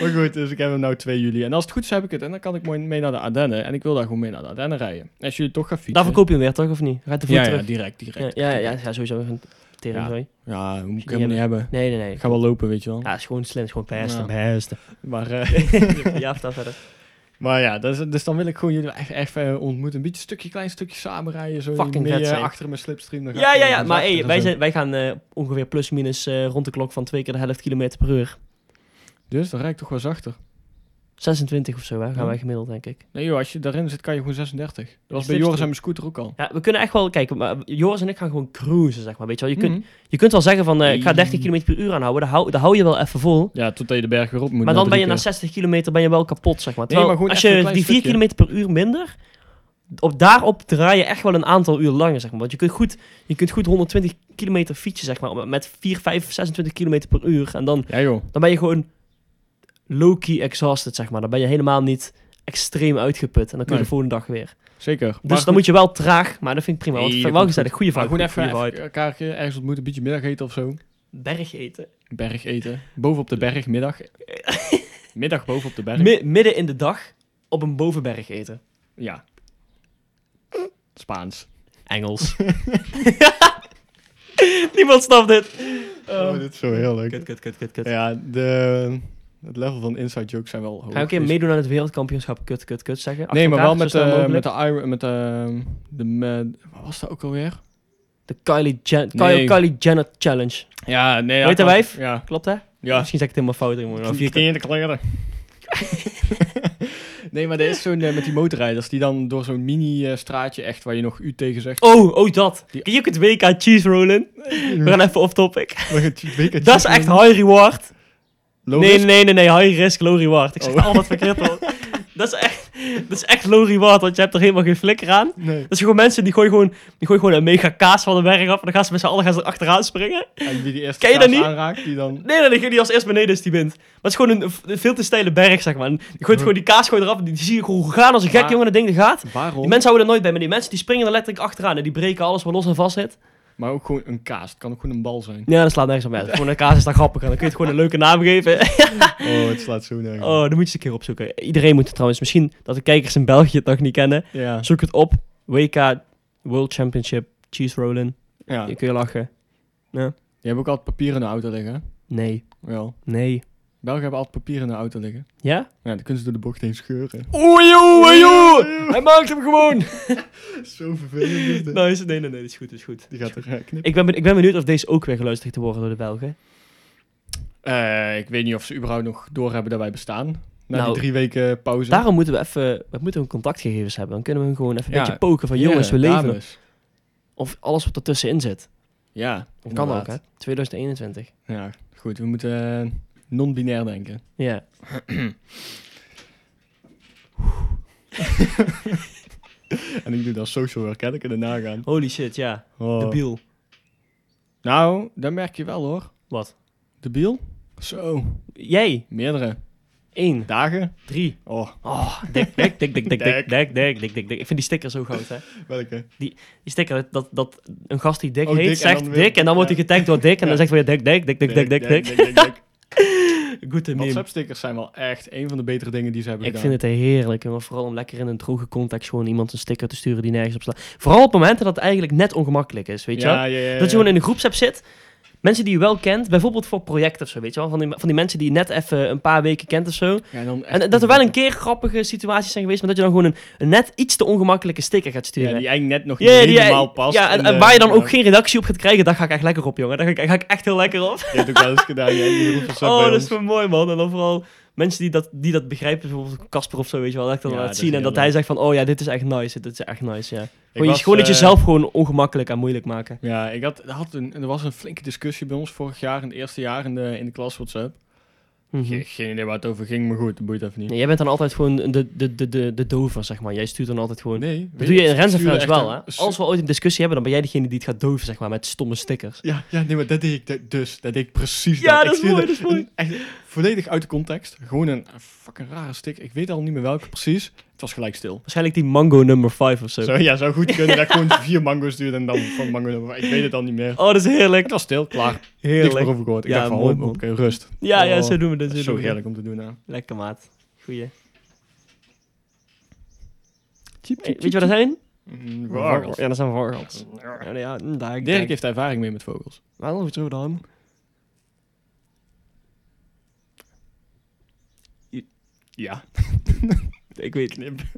S1: Maar goed, dus ik heb hem nou 2 juli. En als het goed is, heb ik het. En dan kan ik mooi mee naar de Ardennen. En ik wil daar gewoon mee naar de Ardennen rijden. En als jullie toch gaan fietsen...
S3: Daarvoor koop je hem weer, toch? Of niet? Gaat de voet
S1: ja, ja,
S3: terug?
S1: direct, direct.
S3: ja, ja, ja, ja, sowieso. Een tering,
S1: Ja.
S3: sorry.
S1: Ja, dat moet ik
S3: Die
S1: helemaal niet hebben.
S3: Nee, nee, nee.
S1: Ik ga wel lopen, weet je wel.
S3: Ja, het is gewoon slim. Het is gewoon
S1: Ja.
S3: pesten. Pesten.
S1: Maar, eh,
S3: ja, vertel verder.
S1: maar ja, dus, dus dan wil ik gewoon jullie echt, echt eh, ontmoeten. Een beetje een stukje, klein stukje samen rijden. Zo
S3: Fucking
S1: mee,
S3: vet
S1: eh,
S3: zijn.
S1: achter mijn slipstream. Dan ga
S3: Ja,
S1: ik
S3: ja,
S1: weer
S3: ja.
S1: eens
S3: Maar
S1: achter
S3: hey,
S1: en
S3: wij,
S1: zo.
S3: zijn, wij gaan eh, ongeveer plus minus eh, rond de klok van twee keer de helft kilometer per uur.
S1: Dus dan rijd ik toch wel zachter.
S3: 26 of zo, hè, gaan
S1: Ja.
S3: wij gemiddeld, denk ik.
S1: Nee joh, als je daarin zit, kan je gewoon 36. Dat was bij
S3: Slipstream.
S1: Joris en mijn scooter ook al.
S3: Ja, we kunnen echt wel kijken. Maar Joris en ik gaan gewoon cruisen, zeg maar. Weet je wel, je, kunt,
S1: Mhm.
S3: je kunt wel zeggen van, eh, ik
S1: Hey.
S3: ga 30 km per uur aanhouden. Dat hou, dat hou je wel even vol.
S1: Ja, totdat Mm. je de berg weer op moet.
S3: Maar
S1: na
S3: dan ben je
S1: drie
S3: na
S1: keer.
S3: 60 kilometer ben je wel kapot, zeg maar.
S1: Nee, maar
S3: Terwijl,
S1: gewoon
S3: als
S1: echt een
S3: je
S1: klein
S3: die 4
S1: stukje.
S3: kilometer per uur minder, op, daarop draai je echt wel een aantal uur langer, zeg maar. Want je kunt goed, je kunt goed 120 kilometer fietsen, zeg maar, met 4, 5, 26 kilometer per uur. En dan,
S1: Ja joh.
S3: dan ben je gewoon low-key exhausted, zeg maar. Dan ben je helemaal niet extreem uitgeput. En dan kun je
S1: Nee.
S3: de volgende dag weer.
S1: Zeker. Maar
S3: Dus dan
S1: goed,
S3: moet je wel traag, maar dat vind ik prima. Want
S1: Nee,
S3: ik
S1: dat
S3: vind
S1: komt
S3: wel gezellig, goede
S1: maar gewoon
S3: vibe. goede
S1: even,
S3: vibe.
S1: even elkaar eh, ergens ontmoeten, een beetje middag eten of zo.
S3: Berg eten.
S1: Berg eten. Boven op de berg, middag. middag boven op de berg.
S3: Mi- midden in de dag op een bovenberg eten.
S1: ja. Spaans.
S3: Engels.
S2: Niemand snapt dit.
S1: Oh, dit is zo heerlijk.
S3: Kut, kut, kut, kut, kut.
S1: Ja, de, het level van inside jokes zijn wel hoog.
S3: Ga ik een keer
S1: Dus-
S3: meedoen aan het wereldkampioenschap? Kut, kut, kut zeggen. Achter
S1: Nee, maar wel
S3: elkaar,
S1: met,
S3: zo snel
S1: eh, met
S3: mogelijk.
S1: de... Iron- Met de, de me- wat was dat ook alweer?
S3: de Kylie, Jen Kylie,
S1: Nee.
S3: Kylie Jenner Challenge.
S1: Ja, nee.
S3: Weet
S1: ja,
S3: dat
S1: kan-
S3: wijf?
S1: Ja.
S3: Klopt hè?
S1: Ja.
S3: Misschien zeg ik het helemaal fout. jongen. Dan vier keer.
S1: de kleren. nee, maar er is zo'n eh, met die motorrijders die dan door zo'n mini eh, straatje echt waar je nog u tegen zegt.
S3: Oh, oh dat.
S1: Die-
S3: Ken je ook het WK cheese rollen? We gaan even off topic. Dat is echt high reward. Nee,
S1: Nee,
S3: nee, nee, nee. High risk, low reward. Ik zeg
S1: Oh.
S3: altijd verkeerd hoor. Dat is, echt, dat is echt low reward, want je hebt er helemaal geen flikker aan.
S1: nee.
S3: Dat zijn gewoon mensen die gooien gewoon, die gooien gewoon een mega kaas van de berg af. En dan gaan ze met z'n allen gaan ze erachteraan springen.
S1: En wie die eerst
S3: Ken je dat niet?
S1: aanraakt, die dan.
S3: Nee, nee, degene die als eerst beneden is, die wint. Maar het is gewoon een, een veel te steile berg, zeg maar. En Die gooit gewoon die kaas gooit eraf. En die zie je gewoon gaan als een gek
S1: Maar-
S3: jongen dat ding er gaat.
S1: Waarom?
S3: Die mensen houden er nooit bij, maar die mensen die springen er letterlijk achteraan. En die breken alles wat los en vast zit.
S1: Maar ook gewoon een kaas. Het kan ook gewoon een bal zijn.
S3: Ja, dat slaat nergens op uit. Gewoon een kaas is dan grappig. En dan kun je het gewoon een leuke naam geven.
S1: Oh, het slaat zo nergens.
S3: Oh, dan moet je eens een keer opzoeken. Iedereen moet het trouwens. Misschien dat de kijkers in België het nog niet kennen.
S1: Ja.
S3: Zoek het op. WK World Championship Cheese Rollen.
S1: ja.
S3: Je kun je lachen.
S1: Je hebt ook altijd papier in de auto liggen. hè?
S3: Nee.
S1: Wel.
S3: Nee.
S1: Belgen hebben altijd papier in de auto liggen.
S3: Ja?
S1: Ja, dan kunnen ze door de bocht heen scheuren.
S3: Oei, oei, oei. Hij maakt hem gewoon.
S1: Zo vervelend is dit.
S3: Nice. Nee, nee, nee. Dat Nou, is goed, dat is goed.
S1: Die gaat er eh, knippen.
S3: Ik ben, ben- ik ben benieuwd of deze ook weer geluisterd te worden door de Belgen.
S1: Eh, ik weet niet of ze überhaupt nog doorhebben dat wij bestaan. Na
S3: Nou,
S1: die drie weken pauze.
S3: Daarom moeten we even we moeten hun contactgegevens hebben. Dan kunnen we hem gewoon even een
S1: Ja.
S3: beetje poken van jongens, we
S1: Heren,
S3: leven.
S1: dames.
S3: Of alles wat ertussenin zit.
S1: Ja,
S3: Dat kan ook, hè?
S1: inderdaad.
S3: 2021.
S1: Ja, goed. We moeten eh, non-binair denken.
S3: Ja.
S1: En ik doe dat social work, hè. Dat kunnen nagaan.
S3: Holy shit, ja.
S1: Oh.
S3: De biel.
S1: Nou, dat merk je wel, hoor.
S3: Wat?
S1: De biel? Zo.
S3: Jij.
S1: Meerdere.
S3: 1,
S1: Dagen?
S3: 3.
S1: Oh,
S3: Oh, dik, dik, dik, dik, dik, dik,
S1: Dik.
S3: dik, dik, dik, dik, dik. Ik vind die sticker zo goud, hè?
S1: welke?
S3: Die sticker dat, dat een gast die dik
S1: Oh,
S3: heet,
S1: dik en
S3: zegt
S1: dan weer-
S3: dik en dan wordt hij getagd door dik en
S1: Ja.
S3: dan zegt hij weer dik, dik, dik, dik, dik, dik, dik. Goed meme.
S1: WhatsApp-stickers zijn wel echt een van de betere dingen die ze hebben
S3: Ik vind
S1: gedaan.
S3: het heerlijk, jongen. Vooral om lekker in een droge context gewoon iemand een sticker te sturen die nergens op slaat. Vooral op momenten dat het eigenlijk net ongemakkelijk is, weet je wel?
S1: ja, ja, ja, ja.
S3: Dat je gewoon in een groepsapp zit. Mensen die je wel kent, bijvoorbeeld voor projecten of zo, weet je wel? Van die, van die mensen die je net even een paar weken kent of zo.
S1: Ja, dan echt-
S3: En dat er wel een keer grappige situaties zijn geweest, maar dat je dan gewoon een, een net iets te ongemakkelijke sticker gaat
S1: Ja,
S3: sturen.
S1: die eigenlijk net nog
S3: Ja,
S1: niet
S3: die-
S1: helemaal past.
S3: Ja, en,
S1: in
S3: en
S1: de-
S3: waar je dan ook
S1: Ja.
S3: geen redactie op gaat krijgen, daar ga ik echt lekker op, jongen. Daar ga ik, ga ik echt heel lekker op.
S1: Je hebt ook wel eens gedaan. Ja, in de groep WhatsApp
S3: Oh,
S1: bij
S3: dat
S1: ons.
S3: is wel mooi, man. En dan vooral mensen die dat, die dat begrijpen, bijvoorbeeld Casper of zo, weet je wel, dat ik dan
S1: Ja,
S3: laat
S1: dat
S3: zien.
S1: is
S3: En dat
S1: heel
S3: hij zegt van, oh ja, dit is echt nice, dit is echt nice, ja.
S1: Ik
S3: Gewoon, je-
S1: was,
S3: gewoon dat je
S1: eh,
S3: zelf gewoon ongemakkelijk en moeilijk maken.
S1: Ja, ik had, had een, er was een flinke discussie bij ons vorig jaar, in het eerste jaar in de, in de klas WhatsApp.
S3: Mhm.
S1: Ge- geen idee waar het over ging, maar goed, dat boeit even niet.
S3: Nee, jij bent dan altijd gewoon de, de, de, de, de dover, zeg maar. Jij stuurt dan altijd gewoon...
S1: Nee, weet
S3: Dat doe je in
S1: ik
S3: Rens en
S1: stuurde
S3: Friends
S1: echt
S3: wel, hè?
S1: een-
S3: Als we ooit een discussie hebben, dan ben jij degene die het gaat doven, zeg maar, met stomme stickers.
S1: Ja, ja, nee, maar dat deed ik de- dus. Dat deed ik precies
S3: Ja,
S1: dat.
S3: dat
S1: Ik
S3: is mooi,
S1: stuurde
S3: dat is mooi.
S1: een- Echt volledig uit de context. Gewoon een fucking rare stick. Ik weet al niet meer welke precies. Het was gelijk stil.
S3: Waarschijnlijk die mango number 5 of zo.
S1: Zo, ja, zou goed kunnen dat ik gewoon vier mango's duurde en dan van mango nummer vijf. Ik weet het al niet meer.
S3: Oh, dat is heerlijk.
S1: Het was stil, klaar. Niks meer
S3: Heerlijk.
S1: over gehoord. Ik
S3: Ja,
S1: dacht van,
S3: mooi,
S1: oh,
S3: man.
S1: oké, rust.
S3: Ja, ja,
S1: Oh,
S3: zo doen we dat.
S1: Dat
S3: Zo
S1: is
S3: doen
S1: zo
S3: we dat.
S1: heerlijk om te doen, hè.
S3: Lekker maat. Goeie.
S1: Tjiep,
S3: Hey,
S1: tjiep,
S3: weet je wat dat zijn?
S1: Mm, wargels.
S3: Ja, dat zijn wargels. Ja, ja, mm, daar ik
S1: Dirk
S3: denk.
S1: heeft ervaring mee met vogels.
S3: Waarom zo dan?
S1: Ja.
S3: Ik weet het
S1: Knip.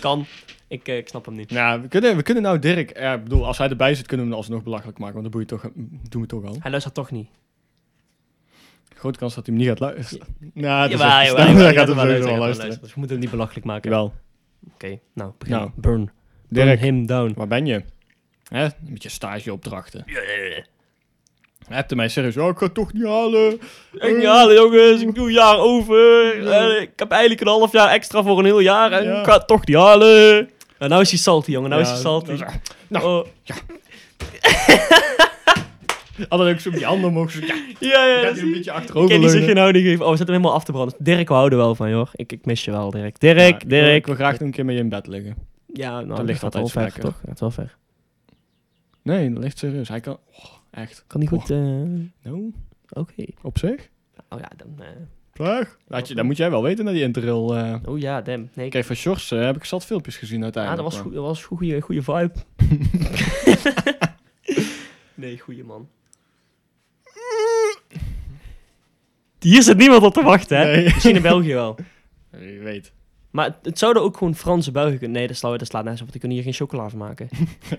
S3: Kan. Ik, eh, ik snap hem niet.
S1: Nou, we kunnen, we kunnen nou Dirk... eh, Ik bedoel, als hij erbij zit, kunnen we hem alsnog belachelijk maken. Want dat boeit toch, doen we toch al.
S3: Hij luistert toch niet.
S1: Grote kans dat hij hem niet gaat luisteren. Nou, dat is
S3: Jawel,
S1: echt
S3: jawel,
S1: bestaan.
S3: jawel,
S1: Hij
S3: je gaat
S1: gaat
S3: hem
S1: hem
S3: wel
S1: sowieso wel
S3: luisteren,
S1: luisteren.
S3: Dus we moeten hem niet belachelijk maken.
S1: Jawel.
S3: Oké, nou, begin.
S1: Nou.
S3: Burn. Burn
S1: Dirk,
S3: him down.
S1: waar ben je? Hè? Een beetje stageopdrachten. Hij hebt mij serieus... Oh, ik ga het toch niet halen. Eh.
S3: Ik ja, jongens, ik doe een jaar over. En ik heb eigenlijk een half jaar extra voor een heel jaar en
S1: Ja.
S3: ik ga het toch niet halen. En nou is hij salty, jongen. Nou is
S1: Ja,
S3: hij salty.
S1: dat nou.
S3: Oh.
S1: Hadden ook zo met die handen omhoog. Zo, ja, gaat
S3: Ja, ja,
S1: hij
S3: dat is
S1: een
S3: hij.
S1: beetje
S3: Ik ken die
S1: achteroverleunen.
S3: zich geen houding geven. Oh, we zetten hem helemaal af te branden. Dirk, we houden wel van, joh. Ik, ik mis je wel, Dirk. Dirk,
S1: Ja, ik wil- Ik
S3: Dirk.
S1: wil graag nog een keer met je in bed liggen.
S3: Ja, nou,
S1: Dat ligt
S3: gaat
S1: altijd
S3: wel
S1: zo
S3: ver,
S1: lekker.
S3: toch? Dat is wel ver.
S1: Nee, dat ligt serieus. Hij kan... Oh, echt.
S3: Kan die goed... eh,
S1: Nou,
S3: Oké.
S1: op zich?
S3: Oh ja, dan... eh,
S1: Plaag. Laat je, dat moet jij wel weten, naar die interrail. eh.
S3: Oh ja, damn. Nee, ik-
S1: Ik kreeg van Sjors eh, heb ik zat filmpjes gezien
S3: ah,
S1: uiteindelijk.
S3: dat was,
S1: maar-
S3: goed, dat was een goede, goede vibe. nee, goede man. Hier zit niemand op te wachten, hè?
S1: Nee.
S3: Misschien in België wel.
S1: Wie weet.
S3: Maar het, het zouden ook gewoon Franse Belgen kunnen... Nee, dat slaat, dat slaat nergens op, want die kunnen hier geen chocola van maken.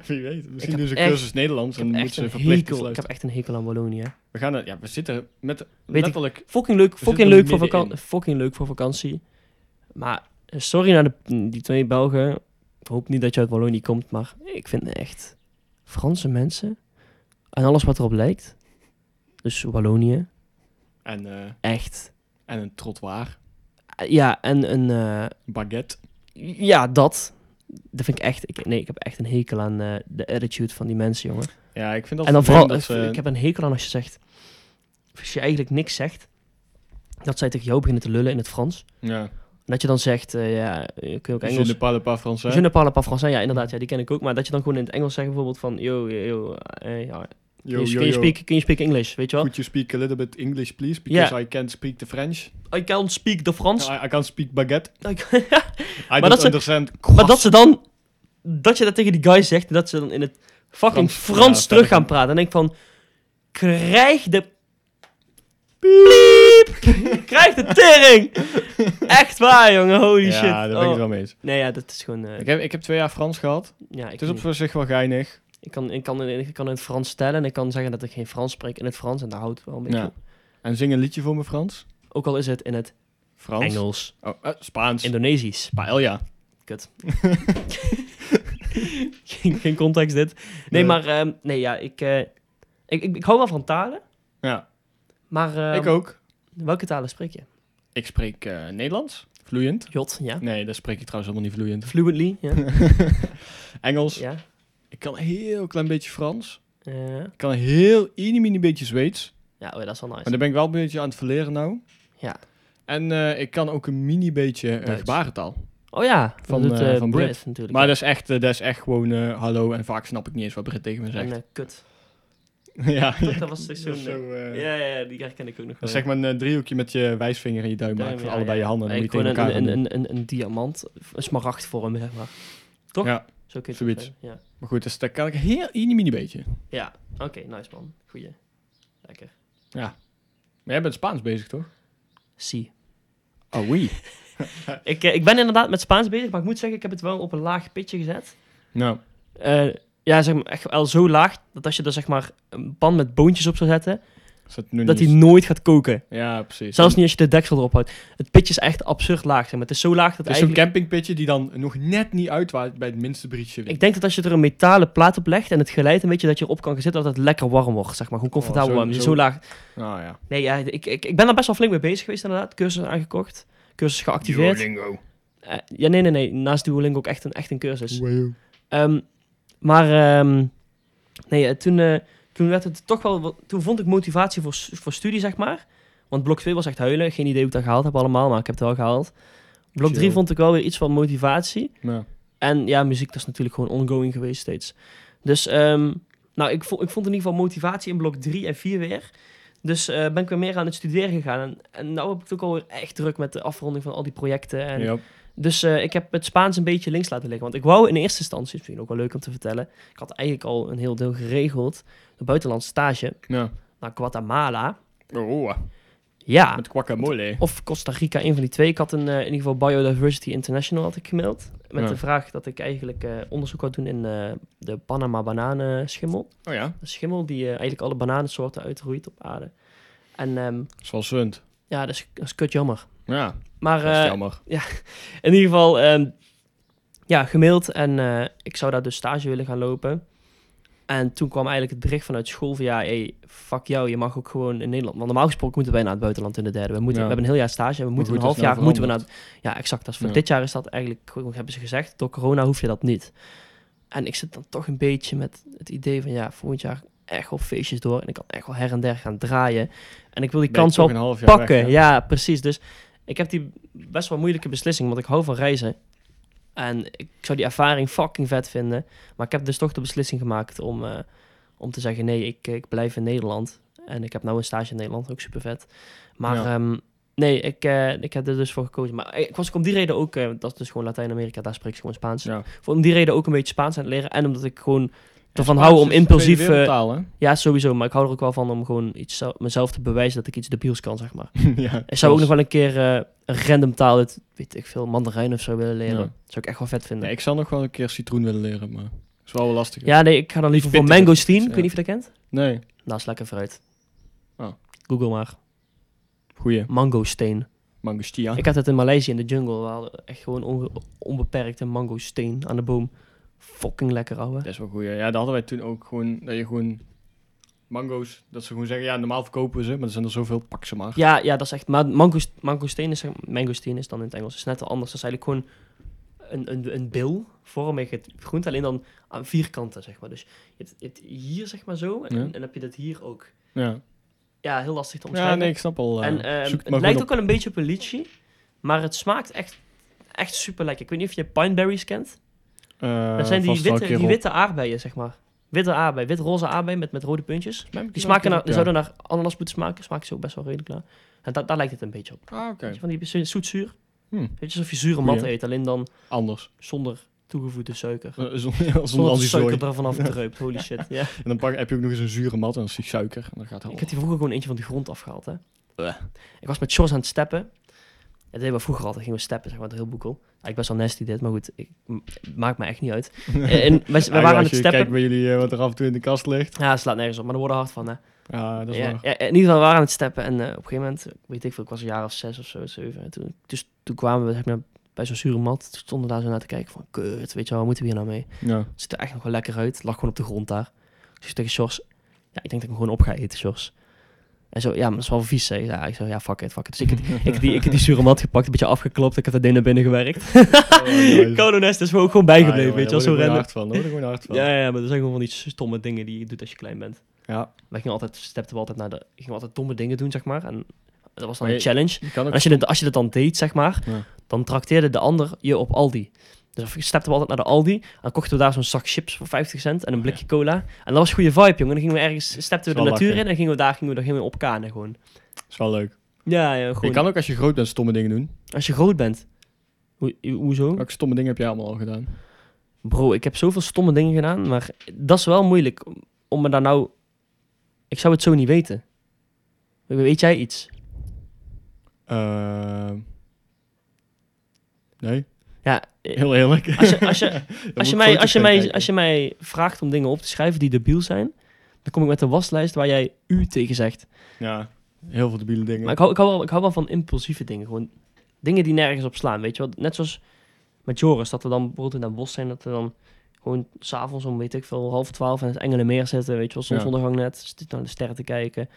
S1: Wie weet. Misschien
S3: heb
S1: doen ze
S3: echt-
S1: cursus Nederlands
S3: Ik
S1: en
S3: heb,
S1: moeten
S3: echt
S1: ze
S3: een
S1: verplicht iets
S3: hekel, ik heb
S1: luisteren.
S3: echt een hekel aan Wallonië.
S1: We gaan er, ja, we zitten met
S3: ik-
S1: letterlijk
S3: Fucking leuk,
S1: We
S3: fucking
S1: zitten
S3: leuk, voor
S1: middenin.
S3: vakantie, fucking leuk voor vakantie. Maar eh, sorry naar de, die twee Belgen. Ik hoop niet dat je uit Wallonië komt, maar ik vind echt Franse mensen en alles wat erop lijkt. Dus Wallonië,
S1: en, eh,
S3: echt.
S1: en een trottoir,
S3: Eh, Ja, en een. eh,
S1: baguette.
S3: ja, dat. Dat vind ik echt. Ik, nee, ik heb echt een hekel aan eh, de attitude van die mensen, jongen.
S1: Ja, ik vind dat
S3: en dan vooral,
S1: vervelend dat ze-
S3: ik heb een hekel aan als je zegt. of Als je eigenlijk niks zegt, dat zij tegen jou beginnen te lullen in het Frans.
S1: ja,
S3: En dat je dan zegt, eh, ja, je kunt ook
S1: je
S3: Engels.
S1: ne parle pas français.
S3: Je ne parle pas français, ja, inderdaad, ja, die ken ik ook. Maar dat je dan gewoon in het Engels zegt bijvoorbeeld van, yo, yo, yo, eh, ja,
S1: Yo,
S3: kun je-
S1: yo,
S3: kun je
S1: yo.
S3: speak- kun je speak English, weet je wel?
S1: Could you speak a little bit English, please? Because I can't speak the French.
S3: I can't speak the Frans.
S1: I, I can't speak baguette.
S3: I can-
S1: I
S3: dat
S1: don't
S3: ze-
S1: understand.
S3: maar dat ze dan, dat je dat tegen die guy zegt, en dat ze dan in het fucking
S1: Frans,
S3: Frans,
S1: ja,
S3: terug
S1: verder.
S3: gaan praten. Dan denk ik van, krijg de piep, krijg de tering. Echt waar, jongen, holy
S1: ja,
S3: shit.
S1: daar ben ik
S3: Oh.
S1: het wel mee eens.
S3: Nee, ja, dat is gewoon, eh,
S1: Ik heb, ik heb twee jaar Frans gehad.
S3: ja, ik
S1: het is op
S3: niet.
S1: zich wel geinig.
S3: Ik kan, ik, kan, in- ik kan in het Frans stellen en ik kan zeggen dat ik geen Frans spreek in het Frans. En daar houdt het wel een beetje
S1: Ja.
S3: op.
S1: En zing een liedje voor me Frans.
S3: Ook al is het in het
S1: Frans.
S3: Engels,
S1: Oh, eh, Spaans.
S3: Indonesisch.
S1: Paella.
S3: geen, geen context dit. Nee,
S1: Nee.
S3: maar ehm, nee, ja, ik, eh, ik, ik, ik hou wel van talen.
S1: Ja,
S3: Maar ehm,
S1: ik ook.
S3: welke talen spreek je?
S1: Ik spreek eh, Nederlands. Vloeiend.
S3: Jot, ja.
S1: Nee, dat spreek ik trouwens helemaal niet vloeiend.
S3: Fluently, ja.
S1: Engels.
S3: ja.
S1: Ik kan een heel klein beetje Frans.
S3: Eh,
S1: Ik kan een heel mini mini beetje Zweeds.
S3: ja, oh ja, dat is wel nice.
S1: Maar daar ben ik wel een beetje aan het verleren nou.
S3: Ja.
S1: En eh, ik kan ook een mini beetje eh,
S3: Duits.
S1: gebarentaal.
S3: Oh ja,
S1: Van,
S3: van, doet,
S1: eh,
S3: eh,
S1: van
S3: Brit,
S1: Brit.
S3: natuurlijk.
S1: Maar
S3: ja.
S1: dat is echt, eh, dat is echt gewoon eh, hallo en vaak snap ik niet eens wat Brit tegen me
S3: En
S1: zegt.
S3: eh, kut.
S1: ja,
S3: Dat, dat was echt
S1: Dat
S3: zo'n...
S1: is zo, eh,
S3: ja, ja, ja, die herken ik ook nog
S1: dat is zeg maar een eh, driehoekje met je wijsvinger en je duim maken
S3: Duim,
S1: van
S3: ja,
S1: allebei
S3: ja.
S1: je handen. Dan moet je
S3: Eigenlijk
S1: tegen
S3: gewoon
S1: elkaar
S3: een,
S1: doen.
S3: een, een, een, een diamant, een smaragdvorm, zeg maar. toch?
S1: Ja,
S3: Zo kun je het
S1: Zoiets.
S3: zeggen, Ja,
S1: maar goed, dus dat kan ik een heel mini mini beetje.
S3: ja. oké, nice man. Goeie. Lekker.
S1: Maar jij bent Spaans bezig toch?
S3: Zie.
S1: Oh, oui.
S3: Ik, eh, ik ben inderdaad met Spaans bezig, maar ik moet zeggen, ik heb het wel op een laag pitje gezet.
S1: Nou,
S3: Eh, ja, zeg maar, echt wel zo laag, dat als je er zeg maar een pan met boontjes op zou zetten,
S1: is dat nu
S3: dat
S1: niet-
S3: die nooit gaat koken.
S1: Ja, precies.
S3: Zelfs niet als je de deksel erop houdt. Het pitje is echt absurd laag, zeg maar. Het is zo laag dat
S1: Het is Dus zo'n
S3: eigenlijk...
S1: campingpitje die dan nog net niet uitwaait bij het minste briesje. wind.
S3: Ik denk dat als je er een metalen plaat op legt en het geleid een beetje dat je erop kan gaan zitten, dat het lekker warm wordt, zeg maar. Gewoon comfortabel
S1: Oh, zo-
S3: warm. Het is
S1: zo-
S3: zo laag.
S1: Nou ja.
S3: Nee, ja, ik, ik, ik ben daar best wel flink mee bezig geweest inderdaad. Cursus aangekocht, cursus geactiveerd.
S1: Duolingo.
S3: Eh, ja, nee, nee, nee. Naast Duolingo ook echt een, echt een cursus. Ehm, maar ehm, nee, eh, toen, eh, toen werd het toch wel... wat- Toen vond ik motivatie voor, s- voor studie, zeg maar. Want blok 2 was echt huilen. Geen idee hoe ik dat gehaald heb allemaal, maar ik heb het wel gehaald. Blok 3
S1: Chill.
S3: vond ik wel weer iets van motivatie.
S1: Ja.
S3: En ja, muziek, dat is natuurlijk gewoon ongoing geweest steeds. Dus ehm, nou, ik, vo- ik vond in ieder geval motivatie in blok 3 en 4 weer. Dus eh, ben ik weer meer aan het studeren gegaan. En, en nou heb ik het ook alweer echt druk met de afronding van al die projecten. En
S1: Ja.
S3: dus eh, ik heb het Spaans een beetje links laten liggen. Want ik wou in eerste instantie, dat vind ik ook wel leuk om te vertellen. Ik had eigenlijk al een heel deel geregeld. Een buitenlandse stage
S1: Ja.
S3: naar Guatemala.
S1: Oh,
S3: Ja.
S1: met guacamole.
S3: Of Costa Rica, een van die twee. Ik had een, eh, in ieder geval Biodiversity International had ik gemaild. Met
S1: Ja.
S3: de vraag dat ik eigenlijk eh, onderzoek wou doen in eh, de Panama bananenschimmel.
S1: Oh ja,
S3: Een schimmel die eh, eigenlijk alle bananensoorten uitroeit op aarde. En ehm,
S1: zoals Zund.
S3: ja, dat is, dat is kut jammer.
S1: Ja,
S3: Maar
S1: dat is
S3: eh,
S1: jammer.
S3: in ieder geval, ehm, ja, gemaild. En eh, ik zou daar dus stage willen gaan lopen. En toen kwam eigenlijk het bericht vanuit school van... ja, hey, fuck jou, je mag ook gewoon in Nederland... want normaal gesproken moeten wij naar het buitenland in de derde. We,
S1: Ja.
S3: moeten, we hebben een heel jaar stage en we moeten
S1: goed,
S3: een
S1: dat
S3: half
S1: is
S3: jaar...
S1: nou
S3: moeten we naar,
S1: veranderd.
S3: ja, exact. Dat is voor
S1: Ja.
S3: dit jaar is dat eigenlijk... gewoon- hebben ze gezegd, door corona hoef je dat niet. En ik zit dan toch een beetje met het idee van... ja, volgend jaar echt wel feestjes door... en ik kan echt wel her en der gaan draaien. En ik wil die
S1: Ben je
S3: kans
S1: toch
S3: wel
S1: een half jaar
S3: pakken.
S1: weg, hè?
S3: ja, precies. Dus ik heb die best wel moeilijke beslissing, want ik hou van reizen. En ik zou die ervaring fucking vet vinden. Maar ik heb dus toch de beslissing gemaakt om, eh, om te zeggen: nee, ik, ik blijf in Nederland. En ik heb nou een stage in Nederland, ook super vet. Maar
S1: Ja.
S3: ehm, Nee, ik, eh, ik heb er dus voor gekozen. Maar ik was ook om die reden ook, eh, dat is dus gewoon Latijns-Amerika, daar spreek ik gewoon Spaans.
S1: Ja.
S3: Voor om die reden ook een beetje Spaans aan het leren. En omdat ik gewoon ervan
S1: Spaans
S3: hou om
S1: is de
S3: impulsief...
S1: tweede
S3: eh,
S1: wereldtaal, hè?
S3: ja, sowieso. Maar ik hou er ook wel van om gewoon iets, zel- mezelf te bewijzen dat ik iets debiels kan, zeg maar.
S1: ja, dus-
S3: Ik zou ook
S1: klopt.
S3: nog wel een keer eh, een random taal, uit, weet ik veel, Mandarijn of zo willen leren.
S1: Ja.
S3: Dat zou ik echt wel vet vinden.
S1: Nee, ik zou nog wel een keer citroen willen leren, maar dat is wel wel lastig.
S3: ja, nee, ik ga dan liever voor
S1: Pittig.
S3: mangosteen. Ik
S1: Ja.
S3: weet niet of je dat kent.
S1: Nee,
S3: Nou, is lekker fruit.
S1: Oh.
S3: Google maar.
S1: goeie.
S3: Mangosteen.
S1: Mangostia.
S3: Ik had het in Maleisië in de jungle. We hadden echt gewoon onge- onbeperkt een mangosteen aan de boom. Fucking lekker, ouwe.
S1: Dat is wel goed. Ja, dat hadden wij toen ook gewoon. Dat je gewoon mango's, dat ze gewoon zeggen, ja, normaal verkopen we ze, maar er zijn er zoveel, pak ze maar.
S3: Ja, ja, dat is echt... Maar mangost, mangosteen is, zeg- mangosteen is dan in het Engels is net wel anders. Dat is eigenlijk gewoon een, een, een bil vormig het groente. Alleen dan aan vierkanten, zeg maar. Dus je hebt, je hebt hier, zeg maar, zo. En,
S1: Ja.
S3: en heb je dat hier ook.
S1: Ja,
S3: Ja, heel lastig te
S1: ja
S3: omschrijven.
S1: nee, ik snap al.
S3: en
S1: eh,
S3: ehm,
S1: zoek het
S3: het
S1: maar
S3: lijkt
S1: gewoon
S3: ook wel een beetje op een lychee. Maar het smaakt echt, echt super lekker. Ik weet niet of je pineberries kent.
S1: op. Eh,
S3: Dat zijn die
S1: vast wel een
S3: witte,
S1: keer
S3: die
S1: op.
S3: witte aardbeien, zeg maar. Witte aardbei, wit-roze aardbei met, met rode puntjes.
S1: Volgens mij heb ik
S3: Die
S1: wel een
S3: smaken naar,
S1: keer op,
S3: zouden naar ananas moeten smaken. Smaken ze ook best wel redelijk naar. En da daar lijkt het een beetje op.
S1: ja. Ah, oké.
S3: Weet je, Van die zo- zoet-zuur.
S1: Hm.
S3: Weet je, alsof je zure mat
S1: Goeie.
S3: eet, alleen dan
S1: Anders.
S3: zonder toegevoegde suiker.
S1: Eh, Zonder, zonder
S3: Zonder
S1: al
S3: dat
S1: die
S3: de
S1: zooi.
S3: suiker er vanaf druipt, holy shit. Ja.
S1: En dan pak, heb je ook nog eens een zure mat en een stuk suiker. En dan gaat het
S3: Ik had die vroeger gewoon eentje van de grond afgehaald, hè. Ik was met Sjors aan het steppen. Dat deden we vroeger altijd, gingen we steppen, zeg maar, het heel boekel. Eigenlijk best wel nasty dit, maar goed, ik, m- maakt me echt niet uit. En we, we waren aan het steppen.
S1: Kijk bij jullie eh, wat er af en toe in de kast ligt.
S3: Ja, het slaat nergens op, maar er worden hard van, hè.
S1: Ja, dat is
S3: ja,
S1: waar.
S3: ja, in ieder geval, we waren aan het steppen en eh, op een gegeven moment, weet ik veel, ik was een jaar of zes of zo, zeven. En toen, dus, toen kwamen we zeg maar, bij zo'n zure mat, toen stonden we daar zo naar te kijken van, kut, weet je wel, moeten we hier nou mee?
S1: Ja.
S3: Het ziet er echt nog wel lekker uit, het lag gewoon op de grond daar. Dus ik tegen Sjors, ja, ik denk dat ik hem gewoon op ga eten, Sjors. En zo, ja, maar dat is wel vies, hè. Ja, ik zo, ja, fuck it, fuck it. Dus ik, heb- ik, heb die, ik heb die zure mat gepakt, een beetje afgeklopt, ik heb dat ding naar binnen gewerkt.
S1: Oh, nice.
S3: Koude nest is me ook gewoon bijgebleven,
S1: Ah, joh,
S3: weet je wel, zo
S1: Daar word ik gewoon
S3: rennen.
S1: hard van. Daar word ik gewoon hard van.
S3: Ja, ja, maar dat zijn gewoon van die stomme dingen die je doet als je klein bent.
S1: Ja.
S3: Wij gingen altijd, stepten we altijd naar de, gingen we altijd domme dingen doen, zeg maar. En dat was dan
S1: Maar
S3: een
S1: je-
S3: challenge.
S1: Je kan
S3: En
S1: ook
S3: als je, dat, als je dat dan deed, zeg maar,
S1: Ja.
S3: dan trakteerde de ander je op Aldi. Dus we stepten we altijd naar de Aldi. Dan kochten we daar zo'n zak chips voor 50 cent en een blikje cola. En dat was een goede vibe, jongen. Dan gingen we ergens, stepten we
S1: Is
S3: de
S1: wel
S3: natuur
S1: lachen.
S3: in en gingen we daar, gingen we, dan gingen we op kanen gewoon.
S1: is wel leuk.
S3: Ja, ja gewoon.
S1: Je kan ook als je groot bent stomme dingen doen.
S3: Als je groot bent. Hoe, hoezo?
S1: Welke stomme dingen heb jij allemaal al gedaan?
S3: Bro, ik heb zoveel stomme dingen gedaan, maar dat is wel moeilijk om- om me daar nou... Ik zou het zo niet weten. Weet jij iets?
S1: Eh, nee,
S3: Ja, eh,
S1: heel eerlijk.
S3: Als je, als je,
S1: Dan moet
S3: als je,
S1: ik
S3: mij,
S1: foto's
S3: als, je
S1: gaan
S3: mij,
S1: kijken.
S3: als je mij vraagt om dingen op te schrijven die debiel zijn, dan kom ik met een waslijst waar jij u tegen zegt.
S1: Ja, heel veel debiele dingen.
S3: Maar ik hou, ik, hou wel, ik hou wel van impulsieve dingen. Gewoon dingen die nergens op slaan, weet je wel. Net zoals met Joris, dat we dan bijvoorbeeld in Den Bosch zijn, dat we dan gewoon s'avonds om, weet ik veel, half twaalf aan het Engelenmeer zitten, weet je wel, zonsondergang net, zit naar de sterren te kijken.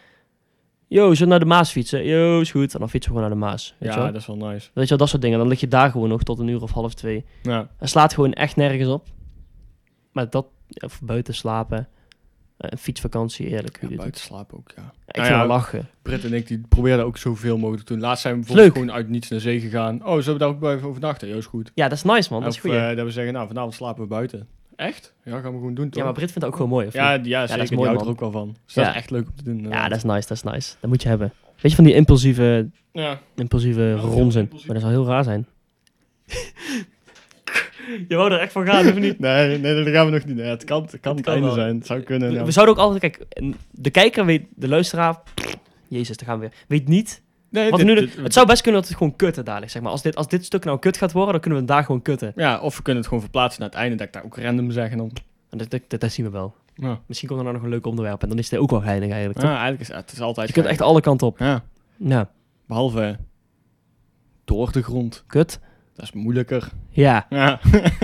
S3: Yo, zullen we naar de Maas fietsen? Yo, is goed. En dan fietsen we gewoon naar de Maas, weet je
S1: ja,
S3: wel.
S1: dat is wel nice.
S3: Weet je wel, dat soort dingen. Dan lig je daar gewoon nog tot een uur of half twee.
S1: Ja,
S3: Het slaat gewoon echt nergens op. Maar dat, of buiten slapen, eh, een fietsvakantie, eerlijk.
S1: ja
S3: hoe je dit doet.
S1: buiten slapen ook, ja.
S3: ik
S1: Nou
S3: vind
S1: ja,
S3: wel lachen.
S1: Britt en ik die probeerden ook zoveel mogelijk te doen. Laatst zijn we bijvoorbeeld
S3: Leuk.
S1: gewoon uit niets naar zee gegaan. Oh, zullen we daar ook bij even overnachten? Joost, goed.
S3: Ja, dat is nice, man. Dat is
S1: of
S3: goed.
S1: eh, dat we zeggen, nou, vanavond slapen we buiten. Echt? Ja, gaan we gewoon doen, toch?
S3: ja, maar Brit vindt dat ook gewoon mooi, of
S1: ja,
S3: niet?
S1: ja, zeker.
S3: is
S1: die
S3: mooi,
S1: houdt er
S3: man.
S1: ook wel van. Dus
S3: Ja.
S1: dat is echt leuk om te doen.
S3: Ja,
S1: inderdaad.
S3: dat is nice, dat is nice. Dat moet je hebben. Weet je, van die impulsieve,
S1: Ja.
S3: impulsieve
S1: heel
S3: ronzin.
S1: impulsief.
S3: Maar dat zou heel raar zijn. je wou er echt van gaan, of niet?
S1: Nee, nee, nee, dat gaan we nog niet. Nee, het kan het, kan het
S3: kan
S1: einde
S3: wel.
S1: zijn. Het zou kunnen.
S3: We,
S1: ja.
S3: we zouden ook altijd, kijk, en de kijker weet, de luisteraar... Jezus, daar gaan we weer. Weet niet
S1: nee,
S3: Wat
S1: dit-
S3: nu,
S1: dit-
S3: het zou best kunnen dat het gewoon kutten dadelijk, zeg maar. Als dit, als dit stuk nou kut gaat worden, dan kunnen we het daar gewoon kutten.
S1: Ja, of we kunnen het gewoon verplaatsen naar het einde. Dat ik daar ook random zeg en dan...
S3: En dat, dat, dat, dat zien we wel.
S1: Ja.
S3: Misschien komt er nou nog een leuk onderwerp en dan is dit ook wel heilig eigenlijk.
S1: Ja,
S3: toch?
S1: eigenlijk is het is altijd.
S3: je kunt echt alle kanten op.
S1: Ja,
S3: Nou,
S1: behalve eh, door de grond.
S3: kut.
S1: Dat is moeilijker.
S3: Ja,
S1: Ja.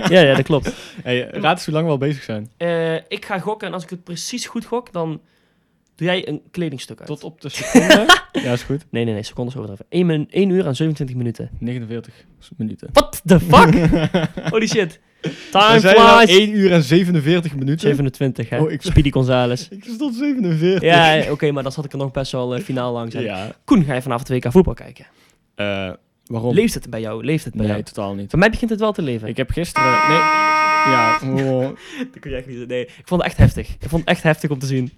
S3: ja, ja dat klopt.
S1: hey, raad eens hoe lang we al bezig zijn.
S3: Eh, ik ga gokken en als ik het precies goed gok, dan doe jij een kledingstuk uit.
S1: Tot op de seconde. ja, is goed.
S3: Nee, nee, nee, secondes overdreven. 1, min, 1 uur en 27 minuten.
S1: 49 minuten.
S3: What the fuck? Holy shit. Time
S1: we zijn al
S3: flies.
S1: 1 uur en 47 minuten.
S3: 27, hè.
S1: Oh, ik-
S3: Speedy Gonzales.
S1: Ik stond 47.
S3: Ja, oké, maar dan zat ik er nog best wel eh, finaal langs. aan.
S1: ja.
S3: Koen, ga je vanavond WK voetbal kijken?
S1: Eh, waarom?
S3: Leeft het bij jou? Leeft het nou. bij
S1: nee,
S3: jou?
S1: totaal niet.
S3: Voor mij begint het wel te leven.
S1: Ik heb gisteren... Nee. Ja. oh.
S3: Dat kun je echt niet Nee, ik vond het echt heftig. Ik vond het echt heftig om te zien.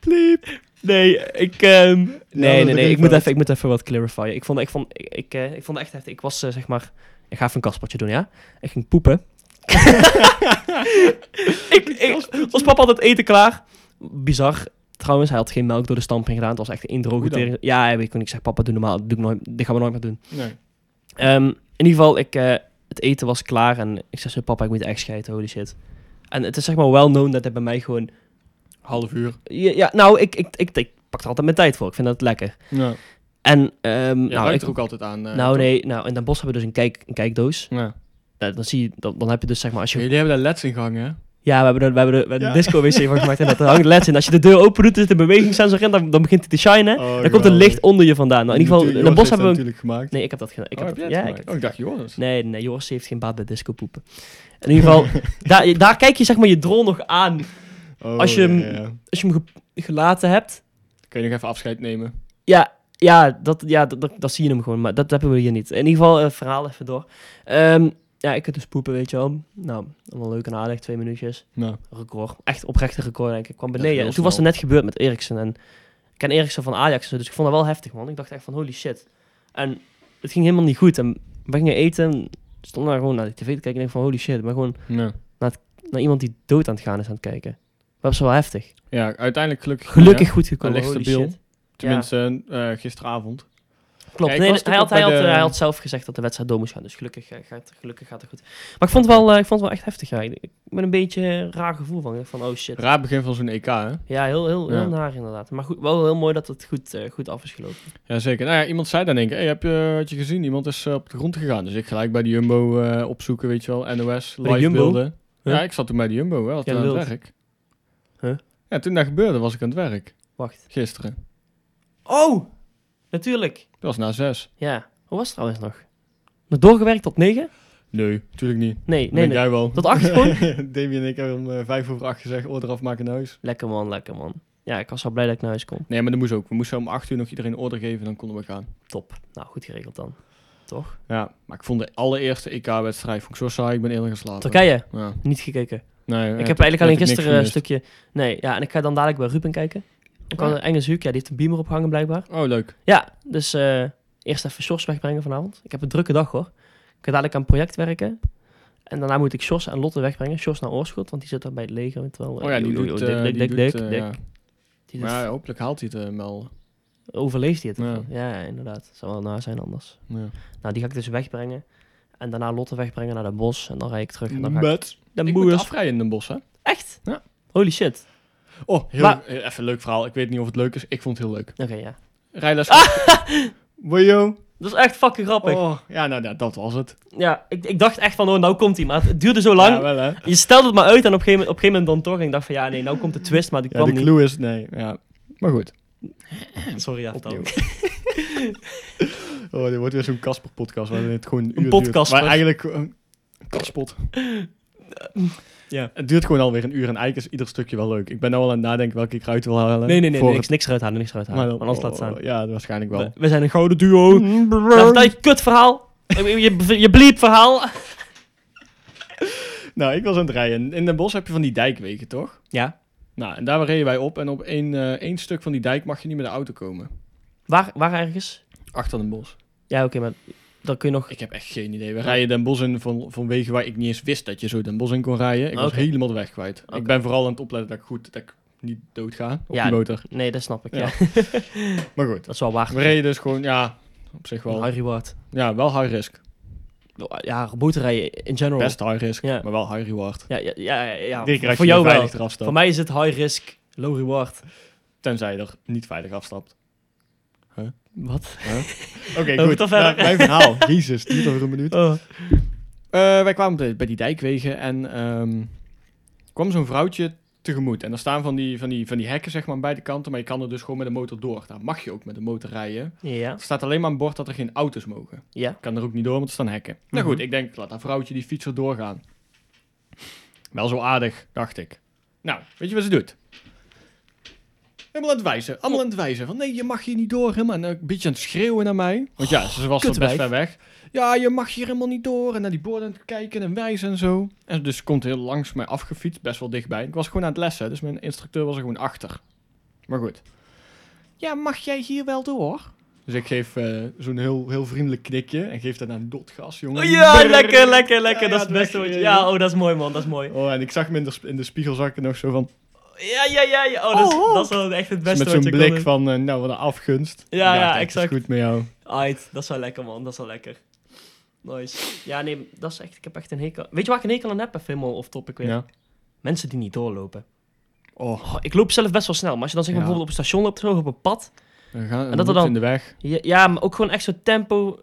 S1: Pliep.
S3: Nee, ik, ehm, nee,
S1: dat
S3: nee,
S1: ik
S3: nee. Ik
S1: even
S3: moet,
S1: had.
S3: even, ik moet even wat clarifyen. Ik vond, ik vond, ik, ik, eh, ik vond het echt heftig. Ik was, eh, zeg maar... Ik ga even een kaspadje doen, ja? Ik ging poepen. ik, ik, was papa had het eten klaar. Bizar. Trouwens, hij had geen melk door de stamping gedaan. Het was echt een indroge
S1: Hoe dan?
S3: tering. Ja, ik weet ik niet. Ik zeg, papa, doe normaal. Dat doe ik nooit, dit gaan we nooit meer doen.
S1: Nee.
S3: Ehm, in ieder geval, ik, eh, het eten was klaar en ik zei zo, papa, ik moet echt scheiden, holy shit. En het is zeg maar well known dat hij bij mij gewoon...
S1: Half uur.
S3: Ja, ja, nou, ik, ik, ik, ik pak er altijd mijn tijd voor. Ik vind dat lekker.
S1: Ja.
S3: En, ehm,
S1: Je
S3: nou,
S1: ruikt
S3: ik,
S1: er ook altijd aan. eh,
S3: nou
S1: toch?
S3: nee, nou, in Den Bosch hebben we dus een, kijk, een kijkdoos.
S1: Ja.
S3: Nou, dan, zie je, dan, dan heb je dus zeg maar, als je...
S1: Jullie hebben daar leds in gang, hè?
S3: Ja, we hebben er, we hebben er, we hebben een
S1: Ja.
S3: disco-wc van gemaakt en dat hangt leds in. Als je de deur open doet, er zit een bewegingssensor in, dan, dan begint hij te shinen.
S1: Oh,
S3: dan komt er licht onder je vandaan. Nou, in ieder geval, in Den Bosch hebben we...
S1: natuurlijk gemaakt.
S3: Nee, ik heb dat gedaan. Ik
S1: Oh,
S3: heb
S1: heb
S3: dat,
S1: jij
S3: ja,
S1: het
S3: ik
S1: gemaakt? Oh, ik dacht Joris.
S3: Nee, nee, Joris heeft geen baat bij disco poepen. In ieder geval, daar, daar kijk je zeg maar je drol nog aan
S1: Oh,
S3: Als je
S1: ja,
S3: hem-
S1: ja, ja.
S3: als je hem ge- gelaten hebt.
S1: Kun je nog even afscheid nemen?
S3: Ja, ja, dat, ja dat, dat, dat zie je hem gewoon, maar dat hebben we hier niet. In ieder geval, eh, verhaal even door. Ehm, ja, ik heb dus poepen, weet je wel. Nou, allemaal leuk en aardig, twee minuutjes.
S1: Nou,
S3: Record, echt oprechte record denk ik. Ik kwam
S1: is
S3: beneden
S1: heel
S3: en toen
S1: snel.
S3: was er net gebeurd met Eriksen. En ik ken Eriksen van Ajax, dus ik vond dat wel heftig, man. Ik dacht echt van, holy shit. En het ging helemaal niet goed. En we gingen eten, stond daar gewoon naar de tv te kijken en ik dacht van, holy shit. Maar gewoon
S1: nou.
S3: naar iemand die dood aan het gaan is aan het kijken. Dat was wel heftig.
S1: Ja, uiteindelijk gelukkig.
S3: Gelukkig
S1: ja.
S3: goed gekomen.
S1: Hij ligt
S3: holy
S1: stabiel.
S3: shit.
S1: Tenminste, eh, gisteravond.
S3: Klopt.
S1: Ja, ik
S3: nee,
S1: was
S3: hij,
S1: natuurlijk
S3: had,
S1: ook bij
S3: hij, had,
S1: de-
S3: eh, hij had zelf gezegd dat de wedstrijd door moest gaan. Dus gelukkig, eh, gaat, gelukkig gaat het goed. Maar ik vond het wel, eh, ik vond het wel echt heftig. Ja. Ik, ik ben een beetje een raar gevoel van. Ik dacht Van oh shit.
S1: Raar begin van zo'n EK, hè?
S3: Ja, heel, heel, heel
S1: Ja.
S3: naar inderdaad. Maar goed, wel heel mooi dat het goed, eh, goed af is gelopen.
S1: Jazeker. Nou ja, iemand zei dan denk ik, hey, heb je, had je gezien? Iemand is eh, op de grond gegaan. Dus ik gelijk bij de Jumbo eh, opzoeken, weet je wel. NOS,
S3: Bij de
S1: live
S3: Jumbo?
S1: beelden.
S3: Huh?
S1: Ja, ik zat toen bij de Jumbo, hè, had
S3: Jij
S1: toen aan het
S3: lult.
S1: werk.
S3: Huh?
S1: Ja, toen dat gebeurde was ik aan het werk,
S3: Wacht.
S1: gisteren.
S3: Oh! Natuurlijk.
S1: Dat was na zes.
S3: Ja. Hoe was het trouwens nog? Nog doorgewerkt tot negen?
S1: Nee, natuurlijk niet.
S3: Nee,
S1: Nee,
S3: nee, nee.
S1: jij wel.
S3: Tot acht gewoon?
S1: Demi en ik hebben om eh, vijf over acht gezegd, oor eraf maken naar huis.
S3: Lekker man, lekker man. Ja, ik was al blij dat ik naar huis kon.
S1: Nee, maar dat moest ook. We moesten om acht uur nog iedereen order geven, dan konden we gaan.
S3: Top. Nou, goed geregeld dan.
S1: Ja, maar ik vond de allereerste EK-wedstrijd vond ik zo saai. Ik ben eerder geslapen.
S3: Turkije,
S1: Ja.
S3: niet gekeken.
S1: Nee, eh,
S3: Ik heb eigenlijk alleen gisteren een
S1: stuk.
S3: stukje... Nee, ja, en ik ga dan dadelijk bij Ruben kijken. Ik had
S1: Oh Ja.
S3: een Engels huuk, ja, die heeft een beamer opgehangen blijkbaar.
S1: Oh, leuk.
S3: Ja, dus eh, eerst even Sjors wegbrengen vanavond. Ik heb een drukke dag hoor. Ik ga dadelijk aan een project werken. En daarna moet ik Sjors en Lotte wegbrengen. Sjors naar Oorschot, want die zit daar bij het leger. weet wel, eh,
S1: Oh ja, die
S3: oei, oei,
S1: doet...
S3: oei,
S1: eh,
S3: dik,
S1: die
S3: dik,
S1: doet,
S3: dik,
S1: eh,
S3: dik.
S1: ja.
S3: Die doet-
S1: Maar ja, hopelijk haalt hij het eh, wel.
S3: Overleeft hij het?
S1: Ja.
S3: Ja. ja, inderdaad. Zou wel naar zijn anders.
S1: Ja.
S3: Nou, die ga ik dus wegbrengen. En daarna Lotte wegbrengen naar Den Bosch. En dan rijd ik terug. En dan ga ik...
S1: But,
S3: Den
S1: ik moet
S3: Boers.
S1: afrijden in Den Bosch, hè?
S3: Echt?
S1: Ja.
S3: Holy shit.
S1: Oh, heel,
S3: Maar-
S1: eh, even een leuk verhaal. Ik weet niet of het leuk is. Ik vond het heel leuk.
S3: Oké, ja.
S1: Rijles... Ah! Wojo.
S3: Dat is echt fucking grappig.
S1: Oh, ja, nou, dat, dat was het.
S3: Ja, ik, ik dacht echt van, oh, nou komt hij. Maar het duurde zo lang.
S1: Ja, wel, hè? Ja,
S3: Je stelde het maar uit en op een gegeven moment, op een gegeven moment dan toch. En ik dacht van, ja, nee, nou komt de twist, maar die kwam
S1: de clue is... Nee, ja. Maar goed.
S3: niet. Sorry, ja,
S1: Opnieuw.
S3: dan.
S1: Oh, dit wordt weer zo'n Kasper-podcast waarin het gewoon een, uur duurt.
S3: podcaster.
S1: Maar eigenlijk... een Kaspot.
S3: Ja.
S1: Het duurt gewoon alweer een uur en eigenlijk is ieder stukje wel leuk. Ik ben nou al aan het nadenken welke ik eruit wil halen.
S3: Nee, nee, nee,
S1: voor
S3: niks, niks eruit halen, niks eruit halen.
S1: Maar dan-
S3: Want anders laat
S1: oh,
S3: staan.
S1: Ja, waarschijnlijk
S3: We,
S1: wel. Hmm.
S3: we zijn een gouden duo. Dan vertel je kut verhaal. Je, je, je bliep verhaal.
S1: Nou, ik was aan het rijden. In Den Bosch heb je van die dijkwegen, toch?
S3: Ja.
S1: Nou, en daar reden wij op. En op één, eh, één stuk van die dijk mag je niet met de auto komen.
S3: Waar, waar ergens?
S1: Achter Den Bosch.
S3: Ja, oké, maar dan kun je nog...
S1: Ik heb echt geen idee. We rijden Den Bosch in van, van wegen waar ik niet eens wist dat je zo Den Bosch in kon rijden. Ik was
S3: Oké.
S1: helemaal de weg kwijt.
S3: Oké.
S1: Ik ben vooral aan het opletten dat ik goed... Dat ik niet doodga op
S3: Ja.
S1: die motor.
S3: Nee, dat snap ik, ja.
S1: Ja. Maar goed.
S3: Dat is wel waar.
S1: We reden dus gewoon, ja... Op zich
S3: Een
S1: wel...
S3: high reward.
S1: Ja, wel high risk.
S3: Ja, motorrijden in general.
S1: Best high risk,
S3: Ja.
S1: maar wel high reward.
S3: Ja, ja, ja. ja, ja.
S1: Die krijg
S3: Voor
S1: je
S3: jou wel.
S1: veilig eraf stapt.
S3: Voor mij is het high risk, low reward.
S1: Tenzij je er niet veilig afstapt.
S3: Wat?
S1: Oké,
S3: we
S1: goed.
S3: moeten verder.
S1: Nou, mijn verhaal. Jezus, duurt over een minuut.
S3: Oh.
S1: Eh, wij kwamen bij- bij die dijkwegen en ehm, kwam zo'n vrouwtje tegemoet. En er staan van die, van, die, van die hekken zeg maar, aan beide kanten, maar je kan er dus gewoon met de motor door. Daar mag je ook met de motor rijden.
S3: Ja.
S1: Er staat alleen maar een bord dat er geen auto's mogen.
S3: Ja. Mhm.
S1: Ik kan er ook niet door, want er staan hekken. Nou goed, ik denk, laat dat vrouwtje die fietser doorgaan. Wel zo aardig, dacht ik. Nou, weet je wat ze doet? Helemaal aan het wijzen. Allemaal aan het wijzen. Van nee, je mag hier niet door. Helemaal en, eh, een beetje aan het schreeuwen naar mij. Want ja, ze was al best
S3: kutwijf.
S1: ver weg. Ja, je mag hier helemaal niet door. En naar die borden aan het kijken en wijzen en zo. En dus ze komt heel langs mij afgefietst, best wel dichtbij. Ik was gewoon aan het lessen, dus mijn instructeur was er gewoon achter. Maar Maar goed. Ja, mag jij hier wel door? Dus ik geef eh, zo'n heel, heel vriendelijk knikje en geef dat aan Dotgas, jongen.
S3: Ja,
S1: Brrr.
S3: lekker, lekker, lekker.
S1: Ja,
S3: dat is het
S1: ja, lekker,
S3: beste wat je...
S1: ja,
S3: Ja, oh, dat is mooi, man. Dat is mooi.
S1: Oh, en ik zag hem in de, sp- in de spiegelzakken nog zo van...
S3: Ja, ja, ja. ja. Oh, dat is,
S1: Oh.
S3: dat is wel echt het
S1: Dus
S3: beste
S1: met
S3: wat je
S1: zo'n
S3: kon
S1: blik
S3: doen.
S1: van, eh, nou, wat een afgunst.
S3: Ja, ja,
S1: kijk, het
S3: exact.
S1: is goed met jou.
S3: Aight, dat is wel lekker, man. Dat is wel lekker. Nice. Ja, nee, dat is echt... Ik heb echt een hekel... Weet je waar ik een hekel aan heb? Even helemaal off-topic weer.
S1: Ja.
S3: Mensen die niet doorlopen.
S1: Oh,
S3: Oh, ik loop zelf best wel snel. Maar als je dan zeg maar,
S1: Ja.
S3: bijvoorbeeld op een station loopt, zo, op een pad.
S1: we gaan
S3: er
S1: en dat
S3: dan-
S1: in de weg.
S3: Ja, ja, maar ook gewoon echt zo'n tempo...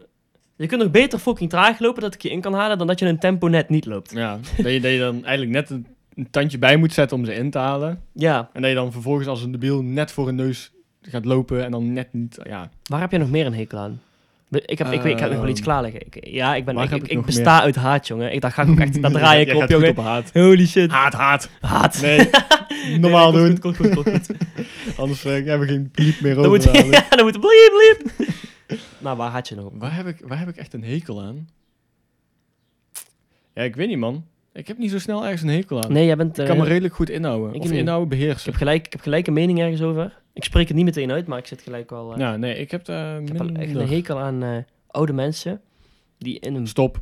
S3: Je kunt nog beter fucking traag lopen dat ik je in kan halen... dan dat je een tempo net niet loopt.
S1: Ja, dat je, dat je dan eigenlijk net een, een tandje bij moet zetten om ze in te halen.
S3: Ja.
S1: En dat je dan vervolgens als een debiel net voor een neus gaat lopen en dan net niet... Ja,
S3: Waar heb jij nog meer een hekel aan? We- Ik, heb, ik, weet- ik heb nog wel iets
S1: Ehm,
S3: klaarleggen. Ik, ja, ik, ben,
S1: waar
S3: ik,
S1: heb
S3: ik,
S1: ik
S3: ik
S1: nog
S3: besta uit haat, jongen. Ik, daar, ga ik ook echt, daar draai
S1: Jij-
S3: ik
S1: jij
S3: op,
S1: gaat goed
S3: jongen.
S1: op haat.
S3: Holy shit.
S1: Haat, haat.
S3: Haat.
S1: Nee, normaal
S3: Nee,
S1: doen.
S3: komt goed, komt goed, komt goed.
S1: Anders eh, hebben we geen pliep meer
S3: Dan
S1: over.
S3: moet,
S1: dadelijk.
S3: ja, dan moet bliep, bliep. nou, waar haat je nou op?
S1: waar, heb ik, waar heb ik echt een hekel aan? Ja, ik weet niet, man. Ik heb niet zo snel ergens een hekel aan.
S3: Nee, jij bent... eh,
S1: ik kan me redelijk goed inhouden.
S3: ik
S1: of
S3: niet.
S1: inhouden
S3: ik,
S1: beheersen.
S3: heb gelijk, ik heb gelijk een mening ergens over. Ik spreek het niet meteen uit, maar ik zit gelijk wel... eh,
S1: Ja, nee, ik heb daar
S3: ik heb wel echt
S1: minder-
S3: een hekel aan eh, oude mensen. Die in een...
S1: Stop.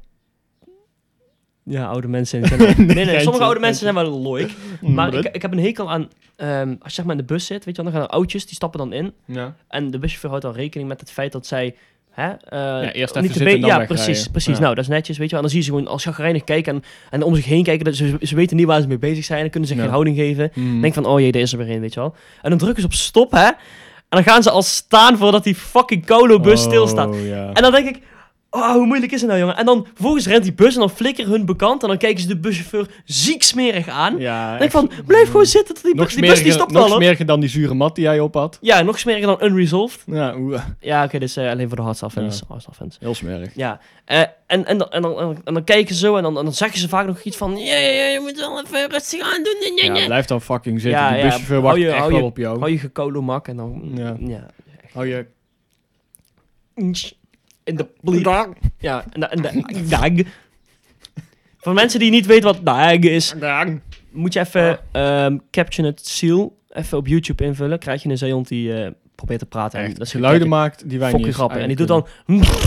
S3: Ja, oude mensen. in general. nee, nee, sommige
S1: geintje, Mm,
S3: oude mensen zijn
S1: geintje.
S3: wel looik. Maar ik, ik heb een hekel aan... ehm, als je zeg maar in de bus zit, weet je wel, dan gaan er oudjes, die stappen dan in.
S1: Ja.
S3: En de buschauffeur houdt dan rekening met het feit dat zij... Hè, eh,
S1: eerst even
S3: niet te
S1: zitten
S3: be-
S1: en dan
S3: Ja,
S1: wegrijden.
S3: precies. precies.
S1: Ja.
S3: Nou, dat is netjes, weet je wel. En dan zie je ze gewoon als chagrijnig kijken en, en om zich heen kijken. Dat ze, ze weten niet waar ze mee bezig zijn. Dan kunnen ze zich
S1: Ja.
S3: geen houding geven.
S1: Hmm.
S3: Denk van, oh jee, daar is er weer een, weet je wel. En dan drukken ze op stop, hè. En dan gaan ze al staan voordat die fucking kolobus
S1: Oh,
S3: stilstaat.
S1: Ja.
S3: En dan denk ik... Oh, hoe moeilijk is het nou, jongen? En dan vervolgens rent die bus en dan flikkeren hun bekant. En dan kijken ze de buschauffeur ziek smerig aan.
S1: ja,
S3: Dan denk ik
S1: echt.
S3: van, blijf gewoon zitten. tot Die,
S1: nog
S3: bus- die bus die
S1: smeriger-
S3: stopt
S1: nog
S3: wel, hoor.
S1: smeriger dan die zure mat die jij op had.
S3: Ja, nog smeriger dan unresolved.
S1: Ja, oeh,
S3: Ja, oké, dit is eh, alleen voor de hardste offense. Hardste offense.
S1: heel smerig.
S3: Ja, eh, en, en, dan, en, dan, en dan- en dan kijken ze zo en dan, en dan zeggen ze vaak nog iets van... Ja, ja, ja, je moet wel even rustig aan doen. Ja, ja,
S1: Ja, blijf dan fucking zitten.
S3: Ja,
S1: die
S3: ja,
S1: buschauffeur
S3: hou
S1: wacht
S3: je-
S1: echt
S3: hou
S1: wel
S3: je-
S1: op jou.
S3: Hou je gekolomak en dan...
S1: Ja.
S3: Ja.
S1: Hou je...
S3: In de bleed. Ja, en de, en de dag. Voor mensen die niet weten wat dag is, moet je even ehm Caption It Seal even op YouTube invullen. Krijg je een zeehond die eh, probeert te praten. en
S1: Echt,
S3: dat is
S1: geluiden maakt die wij niet
S3: Fucking
S1: eens
S3: grappig. En die doet
S1: eigenlijk
S3: dan...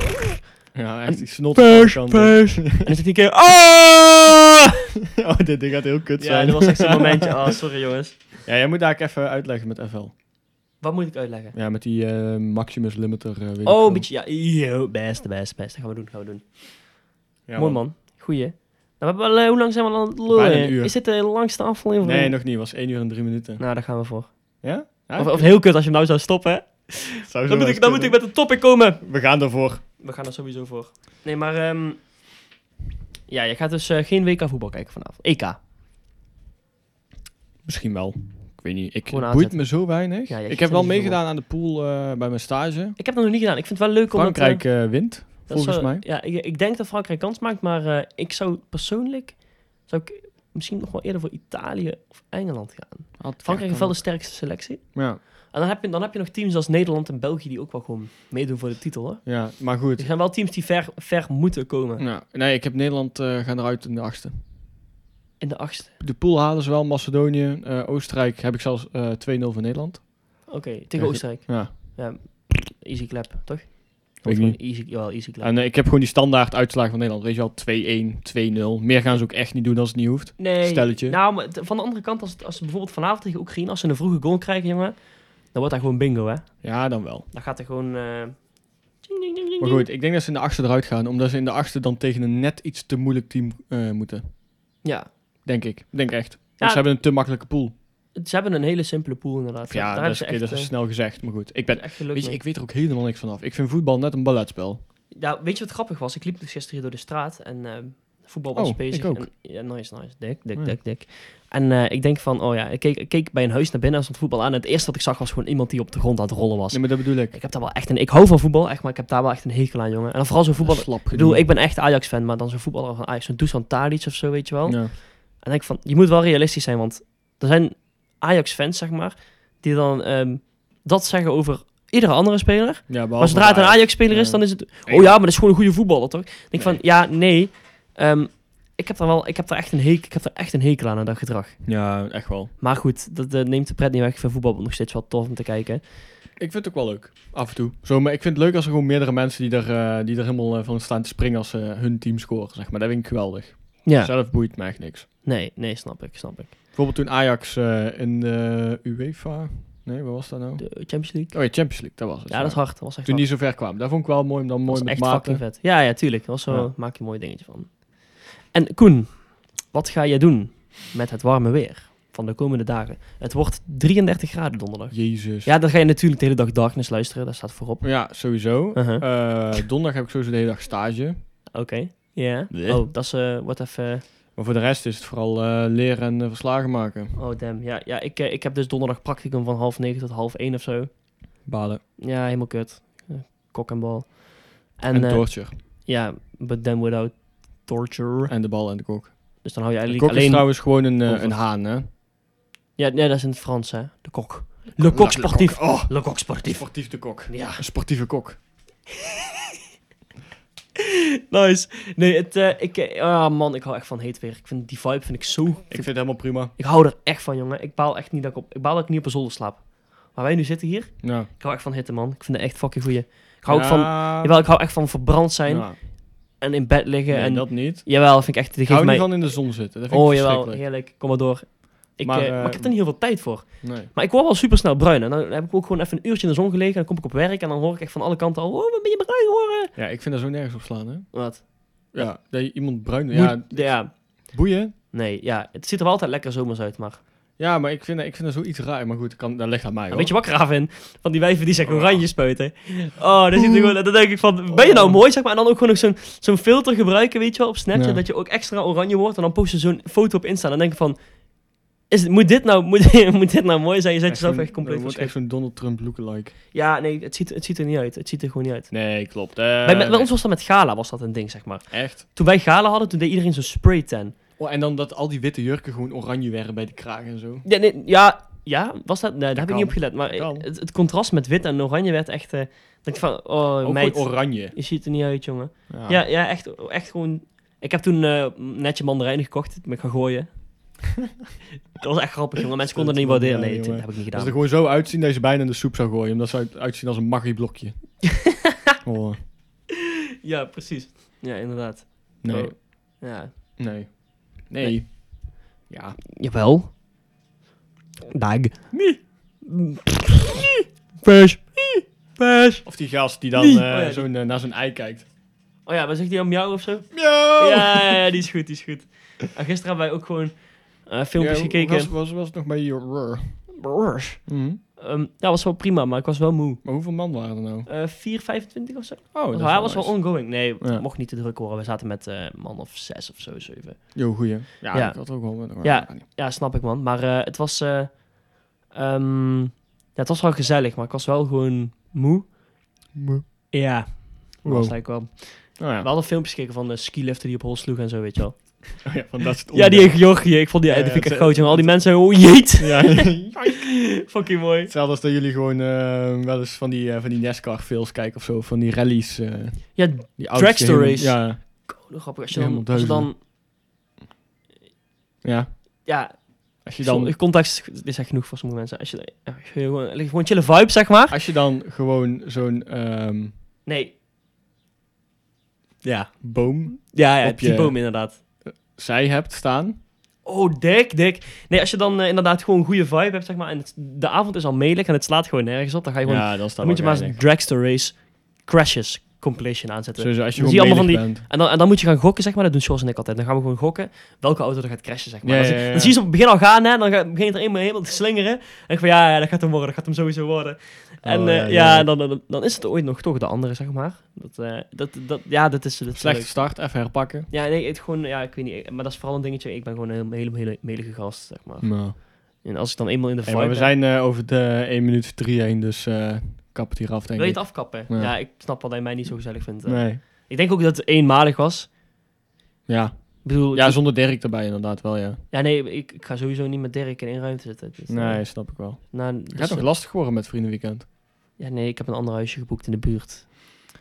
S1: kunnen. Ja, echt, die snot.
S5: Pers,
S1: aan de eh. kant.
S5: pers.
S3: En dan zit die keer... Ah!
S1: Oh, dit ding gaat heel kut
S3: Ja,
S1: zijn.
S3: dat was echt zo'n momentje. Oh, sorry jongens.
S1: Ja, jij moet daar even uitleggen met FL.
S3: Wat moet ik uitleggen?
S1: Ja, met die eh, Maximus Limiter. eh, weet ik
S3: Oh,
S1: veel.
S3: een beetje... Ja, yo, best, best, best. Dat gaan we doen, gaan we doen.
S1: Ja,
S3: Mooi man. Goeie. Nou, we hebben wel, eh, hoe lang zijn we al aan het lullen?
S1: Bijna een uur.
S3: Is dit de langste aflevering?
S1: Nee, nog niet. was 1 uur en 3 minuten.
S3: Nou, daar gaan we voor.
S1: Ja? Ja,
S3: Of, of heel kut als je hem nou zou stoppen, hè?
S1: zou zo
S3: Dan moet,
S1: wel
S3: ik, dan moet
S1: kunnen.
S3: ik met een topic komen.
S1: We gaan ervoor.
S3: We gaan er sowieso voor. Nee, maar... ehm, ja, je gaat dus eh, geen WK voetbal kijken vanavond. EK.
S1: Misschien wel. Ik weet niet. Ik
S3: Gewoon
S1: het boeit
S3: aanzetten.
S1: me zo weinig.
S3: Ja, jij
S1: ik
S3: geeft
S1: heb
S3: er
S1: wel
S3: niet zoveel
S1: meegedaan aan de pool eh, bij mijn stage.
S3: Ik heb dat nog niet gedaan. Ik vind het wel leuk om... het, eh,
S1: Frankrijk eh, wint,
S3: dat is
S1: volgens
S3: wel-
S1: mij.
S3: Ja, ik, ik denk dat Frankrijk kans maakt, maar eh, ik zou persoonlijk... Zou ik misschien nog wel eerder voor Italië of Engeland gaan. Frankrijk heeft wel de sterkste selectie.
S1: Ja,
S3: En dan heb, je, dan heb je nog teams als Nederland en België die ook wel gewoon meedoen voor de titel. Hè?
S1: ja, maar
S3: Er
S1: goed.
S3: zijn wel teams die ver, ver moeten komen.
S1: Ja. Nee, ik heb Nederland eh, gaan eruit in de achtste.
S3: In de achtste.
S1: De pool halen ze wel. Macedonië, eh, Oostenrijk heb ik zelfs eh, 2-0 voor Nederland.
S3: Oké, tegen Oostenrijk.
S1: Ja.
S3: Ja, easy clap, toch?
S1: Weet ik niet.
S3: Easy, jawel, easy clap.
S1: En eh, ik heb gewoon die standaard uitslagen van Nederland. Weet je wel, 2-1, 2-0. Meer gaan ze ook echt niet doen als het niet hoeft.
S3: nee,
S1: stelletje.
S3: Nou, maar t- van de andere kant, als, het- als ze bijvoorbeeld vanavond tegen Oekraïne, als ze een vroege goal krijgen, jongen, dan wordt dat gewoon bingo, hè?
S1: Ja, dan wel.
S3: Dan gaat er gewoon... eh, ding, ding, ding, ding,
S1: Maar
S3: ding.
S1: goed, ik denk dat ze in de achtste eruit gaan. Omdat ze in de achtste dan tegen een net iets te moeilijk team eh, moeten.
S3: Ja.
S1: Denk ik. Denk echt. Want
S3: Ja.
S1: ze hebben een te makkelijke pool.
S3: Het- Ze hebben een hele simpele pool, inderdaad.
S1: Ja,
S3: Daar
S1: dat is,
S3: hebben
S1: oké,
S3: ze
S1: dat is
S3: echt, eh,
S1: snel gezegd. Maar goed, ik ben...
S3: echt geluk
S1: Weet je,
S3: mee.
S1: ik weet er ook helemaal niks vanaf. Ik vind voetbal net een balletspel.
S3: Ja, weet je wat grappig was? Ik liep dus gisteren hier door de straat en ehm, voetbal was
S1: Oh,
S3: bezig.
S1: ik ook.
S3: En, ja, nice, nice. Dik, dik,
S1: Ja.
S3: dik, dik. En eh, ik denk van, oh ja, ik keek, ik keek bij een huis naar binnen en stond voetbal aan. En het eerste wat ik zag was gewoon iemand die op de grond aan het rollen was.
S1: Nee, maar dat bedoel ik.
S3: Ik heb daar wel echt een... Ik hou van voetbal, echt, maar ik heb daar wel echt een hekel aan, jongen. En dan vooral zo'n voetbal...
S1: Slap
S3: Ik bedoel, ik ben echt Ajax-fan, maar dan zo'n voetballer van Ajax, zo'n Dusan Tadic of zo, weet je wel.
S1: Ja.
S3: En denk ik van, je moet wel realistisch zijn, want er zijn Ajax-fans, zeg maar, die dan ehm, dat zeggen over iedere andere speler.
S1: Ja,
S3: Maar zodra het oh een Ajax-speler is,
S1: Ja.
S3: dan is het... Oh ja, maar dat is gewoon een goede voetballer, toch? Ik denk
S1: Nee.
S3: van, ja, nee. Ehm, ik heb daar wel, ik heb daar echt een hekel, ik heb daar echt een hekel aan, aan dat gedrag.
S1: Ja, echt wel.
S3: Maar goed, dat eh, neemt de pret niet weg. Ik vind voetbal nog steeds wel tof om te kijken.
S1: Ik vind het ook wel leuk, af en toe. Zo, maar ik vind het leuk als er gewoon meerdere mensen die er, eh, die er helemaal eh, van staan te springen als ze hun team scoren, zeg maar. Dat vind ik geweldig.
S3: Ja,
S1: Zelf boeit me echt niks.
S3: nee, nee, snap ik, snap ik.
S1: Bijvoorbeeld toen Ajax eh, in de UEFA... Nee, wat was dat nou?
S3: De Champions League?
S1: Oh ja, Champions League, dat was het.
S3: Ja, dat is hard. Dat was echt
S1: Toen
S3: hard.
S1: die zo ver kwamen. Dat vond ik wel mooi om dan
S3: Dat
S1: mooi
S3: was
S1: met
S3: echt
S1: maten...
S3: fucking vet. Ja, ja, tuurlijk. Dat was zo,
S1: Ja.
S3: maak je een mooi dingetje van. En Koen, wat ga jij doen met het warme weer van de komende dagen? Het wordt 33 graden donderdag.
S1: Jezus.
S3: Ja, dan ga je natuurlijk de hele dag darkness luisteren. Dat staat voorop.
S1: Ja, sowieso.
S3: Uh-huh.
S1: Eh, donderdag heb ik sowieso de hele dag stage.
S3: Oké. Ja.
S1: Bleh.
S3: Oh, dat is eh, wordt even...
S1: Maar voor de rest is het vooral eh, leren en eh, verslagen maken.
S3: Oh, damn. Ja, ja ik, eh, ik heb dus donderdag practicum van half negen tot half één of zo.
S1: Balen.
S3: Ja, helemaal kut. Eh, Kok en bal. En,
S1: En,
S3: eh,
S1: torture.
S3: ja, but then without torture.
S1: En de bal en de kok.
S3: Dus dan hou je
S1: De
S3: eigenlijk
S1: kok is
S3: alleen...
S1: trouwens gewoon een, eh,
S3: Over.
S1: een haan, hè?
S3: Ja, nee, dat is in het Frans, hè. De kok. Le kok sportief.
S1: Oh,
S3: Le kok sportief.
S1: sportief de kok.
S3: Ja.
S1: Een sportieve kok.
S3: Nice. Nee, het, eh, ik, eh, ah, man, ik hou echt van heet weer. Ik vind die vibe vind ik zo...
S1: Ik vind het helemaal prima.
S3: Ik hou er echt van, jongen. Ik baal echt niet dat ik op, ik baal dat ik niet op een zolder slaap. Waar wij nu zitten hier,
S1: Ja.
S3: ik hou echt van hitte, man. Ik vind het echt fucking goeie. Ik hou ook van...
S1: Ja,
S3: Jawel, ik hou echt van verbrand zijn
S1: ja.
S3: en in bed liggen.
S1: Nee,
S3: en,
S1: dat niet.
S3: Jawel, dat vind ik echt... Die
S1: Ik hou
S3: geeft
S1: niet
S3: mij...
S1: van in de zon zitten. Dat vind
S3: Oh,
S1: ik
S3: jawel.
S1: verschrikkelijk.
S3: Heerlijk. Kom maar door. Ik,
S1: Maar,
S3: eh,
S1: eh,
S3: maar ik heb er niet heel veel tijd voor.
S1: Nee.
S3: Maar ik word wel super snel bruin. En dan heb ik ook gewoon even een uurtje in de zon gelegen. En dan kom ik op werk en dan hoor ik echt van alle kanten al... Oh, wat ben je bruin hoor.
S1: Ja, ik vind daar zo nergens op slaan, hè?
S3: Wat?
S1: Ja, dat je iemand bruin... Ja,
S3: Moet- ja,
S1: boeien.
S3: nee, ja. Het ziet er wel altijd lekker zomers uit, maar...
S1: Ja, maar ik vind, dat- ik vind dat zoiets raar. Maar goed, dat kan, dat ligt aan mij,
S3: Een
S1: hoor.
S3: beetje wakker af in. Van die wijven die zeggen
S1: Oh.
S3: oranje spuiten. Oh, dan, zit er gewoon, dan denk ik van, ben je nou
S1: Oh.
S3: mooi, zeg maar. En dan ook gewoon nog zo'n zo'n filter gebruiken, weet je wel, op Snapchat.
S1: Ja.
S3: Dat je ook extra oranje wordt. En dan post je zo'n foto op Insta. En dan denk ik van, is, het- moet, dit nou, moet, moet dit nou mooi zijn? Je zet
S1: Echt
S3: jezelf
S1: zo'n-
S3: echt compleet
S1: dat wordt echt
S3: verschrikt.
S1: zo'n Donald Trump lookalike.
S3: Ja, nee, het ziet, het ziet er niet uit. Het ziet er gewoon niet uit.
S1: Eh, Nee, klopt.
S3: bij, bij- bij ons was dat met gala, was dat een ding, zeg maar.
S1: Echt.
S3: Toen wij gala hadden, toen deed iedereen zo'n spray tan.
S1: Oh, en dan dat al die witte jurken gewoon oranje werden bij de kraag en zo.
S3: Ja, nee, ja, ja, was dat? Nee, daar heb ik
S1: kan.
S3: niet op gelet. Maar
S1: Dat kan.
S3: het, het contrast met wit en oranje werd echt... eh denk ik van, oh
S1: Ook
S3: meid,
S1: gewoon oranje.
S3: je ziet er niet uit, jongen.
S1: Ah.
S3: Ja, ja echt, echt gewoon. Ik heb toen eh netje mandarijnen gekocht met gaan gooien. dat was echt grappig, jongen. Mensen konden het niet waarderen. Nee, dat
S1: Jongen.
S3: heb ik niet
S1: Dat
S3: gedaan.
S1: ze er gewoon zo uitzien dat je ze bijna in de soep zou gooien. Omdat ze uit- uitzien als een maggi-blokje. oh,
S3: Ja, precies. Ja, inderdaad.
S1: nee.
S3: Oh, Ja.
S1: Nee. Nee. Ja.
S3: Jawel. Dag.
S1: Mm.
S3: Pers. Pers.
S1: Of die gast die dan
S3: Nee.
S1: eh,
S3: Oh ja, die-
S1: zo'n, eh, naar zijn ei kijkt.
S3: Oh ja, wat zegt die om jou of zo?
S1: Miauw!
S3: Ja, ja, ja, die is goed, die is goed. En gisteren hebben wij ook gewoon eh, filmpjes
S1: Ja,
S3: gekeken.
S1: Was, was, was het nog bij je...
S3: Brrr.
S1: Mhm.
S3: Ehm, ja, was wel prima, maar ik was wel moe.
S1: Maar hoeveel man waren er nou?
S3: Eh 4,25 of zo.
S1: Oh,
S3: Oh,
S1: dat is
S3: hij was
S1: nice.
S3: wel ongoing. Nee, het
S1: Ja.
S3: mocht niet te druk worden. We zaten met eh man of zes of zo, zeven.
S1: Yo, goeie. Ja,
S3: Ja.
S1: ik had ook wel... maar-
S3: Ja. Ja, snap ik, man. Maar eh, het was... eh, ehm, ja, het was wel gezellig, maar ik was wel gewoon moe.
S1: Moe.
S3: Ja. Dat
S1: Wow.
S3: was eigenlijk wel.
S1: Oh, ja.
S3: We hadden filmpjes gekeken van de skiliften die op hol sloegen en zo, weet je wel.
S1: Oh ja, van dat soort
S3: Ja, die in
S1: onderwerpen.
S3: Georgië. Ik vond die,
S1: Ja,
S3: die
S1: ja,
S3: vind ik
S1: het-
S3: echt groot, jongen. Al die mensen, oh jeet.
S1: Ja.
S3: Fucking mooi.
S1: Hetzelfde als dat jullie gewoon eh, wel eens van die, eh, van die NASCAR-films kijken of zo. Van die rallies. eh
S3: Ja,
S1: die auto's die helemaal-
S3: race.
S1: Ja.
S3: oh, grappig. Als je
S1: Helemaal
S3: dan... Als je dan
S1: ja.
S3: ja,
S1: Als, je
S3: dan...
S1: dan,
S3: context is echt genoeg voor sommige mensen. Als je, ja, gewoon, gewoon chille vibe, zeg maar.
S1: als je dan gewoon zo'n ehm,
S3: Nee. Ja.
S1: boom
S3: Ja, ja
S1: Op
S3: die
S1: je-
S3: boom inderdaad.
S1: zij hebt staan.
S3: Oh, dik, dik. Nee, als je dan eh, inderdaad gewoon een goede vibe hebt, zeg maar, en het- de avond is al melig en het slaat gewoon nergens op, dan ga je gewoon,
S1: ja, dan staat
S3: dan moet je maar eens
S1: eens
S3: dragster race crashes compilation aanzetten.
S1: Sowieso, als je
S3: Dan
S1: gewoon
S3: zie je
S1: melig
S3: allemaal
S1: bent.
S3: En dan, en dan moet je gaan gokken, zeg maar, dat doen Sjors en ik altijd. Dan gaan we gewoon gokken welke auto er gaat crashen, zeg maar.
S1: Ja,
S3: dan, zie-
S1: ja, ja, ja.
S3: dan zie je ze op het begin al gaan, hè, en dan ga- begint er eenmaal helemaal te slingeren. En ik van, ja, ja, dat gaat hem worden, dat gaat hem sowieso worden. En
S1: Oh,
S3: eh,
S1: ja,
S3: ja,
S1: ja.
S3: en Dan, dan, dan is het ooit nog toch de andere, zeg maar. Dat, eh, dat, dat, ja, dat is... Dat is
S1: Slechte
S3: leuk.
S1: start, even herpakken.
S3: Ja, nee, het gewoon, ja, ik weet niet. Maar dat is vooral een dingetje. Ik ben gewoon een hele, hele melige gast, zeg maar.
S1: Nou.
S3: En als ik dan eenmaal in de
S1: Hey,
S3: vibe
S1: maar we
S3: ben,
S1: zijn eh, over de 1 minuut 3 heen, dus eh, kap het hier af, denk
S3: wil je
S1: ik.
S3: het afkappen?
S1: Ja.
S3: Ja. ik snap wel dat je mij niet zo gezellig vindt. eh.
S1: Nee.
S3: Ik denk ook dat het eenmalig was.
S1: Ja.
S3: Ik bedoel,
S1: ja,
S3: ik-
S1: zonder Dirk erbij inderdaad wel, ja.
S3: ja nee, ik, ik ga sowieso niet met Dirk in één ruimte zitten. Dus, eh,
S1: Nee, snap ik wel.
S3: nou,
S1: Het
S3: dus,
S1: gaat toch
S3: eh,
S1: lastig worden met Vriendenweekend?
S3: ja, nee, ik heb een ander huisje geboekt in de buurt.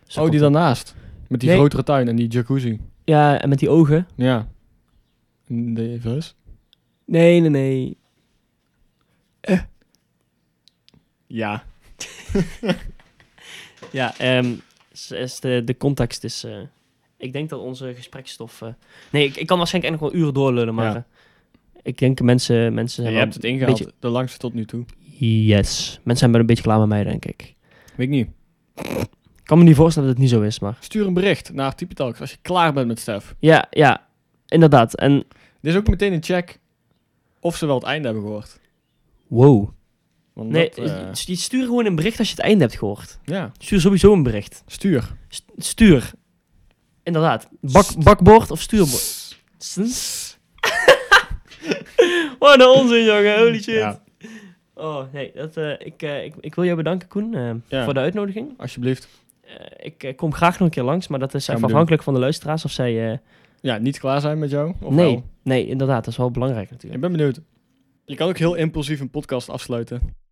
S3: Dus dat
S1: Oh, die
S3: komt-
S1: daarnaast. Met die
S3: Nee.
S1: grotere tuin en die jacuzzi.
S3: Ja, en met die ogen.
S1: Ja. in de VS?
S3: Nee, nee, nee.
S1: Ja.
S3: Ja, ehm, s- is de, de context is... eh, ik denk dat onze gespreksstof... eh, nee, ik, ik kan waarschijnlijk echt nog wel uren doorlullen, maar...
S1: Ja.
S3: eh, ik denk mensen, mensen
S1: je
S3: zijn
S1: hebt
S3: wel
S1: het ingehaald,
S3: beetje-
S1: de langste tot nu toe.
S3: Yes. Mensen zijn wel een beetje klaar met mij, denk ik.
S1: Weet ik niet.
S3: Ik kan me niet voorstellen dat het niet zo is, maar...
S1: Stuur een bericht naar Typetalks als je klaar bent met Stef.
S3: Ja, ja. Inderdaad. En
S1: Dit is ook meteen een check of ze wel het einde hebben gehoord.
S3: wow.
S1: Want
S3: Nee,
S1: dat, eh,
S3: stu- stuur gewoon een bericht als je het einde hebt gehoord.
S1: ja,
S3: Stuur sowieso een bericht.
S1: stuur.
S3: St- stuur. Inderdaad. Bak, bakbord of stuurboord. Wat een onzin, jongen. Holy shit.
S1: Ja,
S3: Oh, nee. Dat, eh, ik, eh, ik, ik wil jou bedanken, Koen, eh,
S1: Ja.
S3: voor de uitnodiging.
S1: alsjeblieft.
S3: Eh, ik eh, kom graag nog een keer langs, maar dat is
S1: Gaan we
S3: even
S1: doen.
S3: afhankelijk van de luisteraars of zij... eh,
S1: Ja, niet klaar zijn met jou? Of
S3: nee,
S1: wel?
S3: nee, inderdaad. Dat is wel belangrijk natuurlijk.
S1: Ik ben benieuwd. Je kan ook heel impulsief een podcast afsluiten.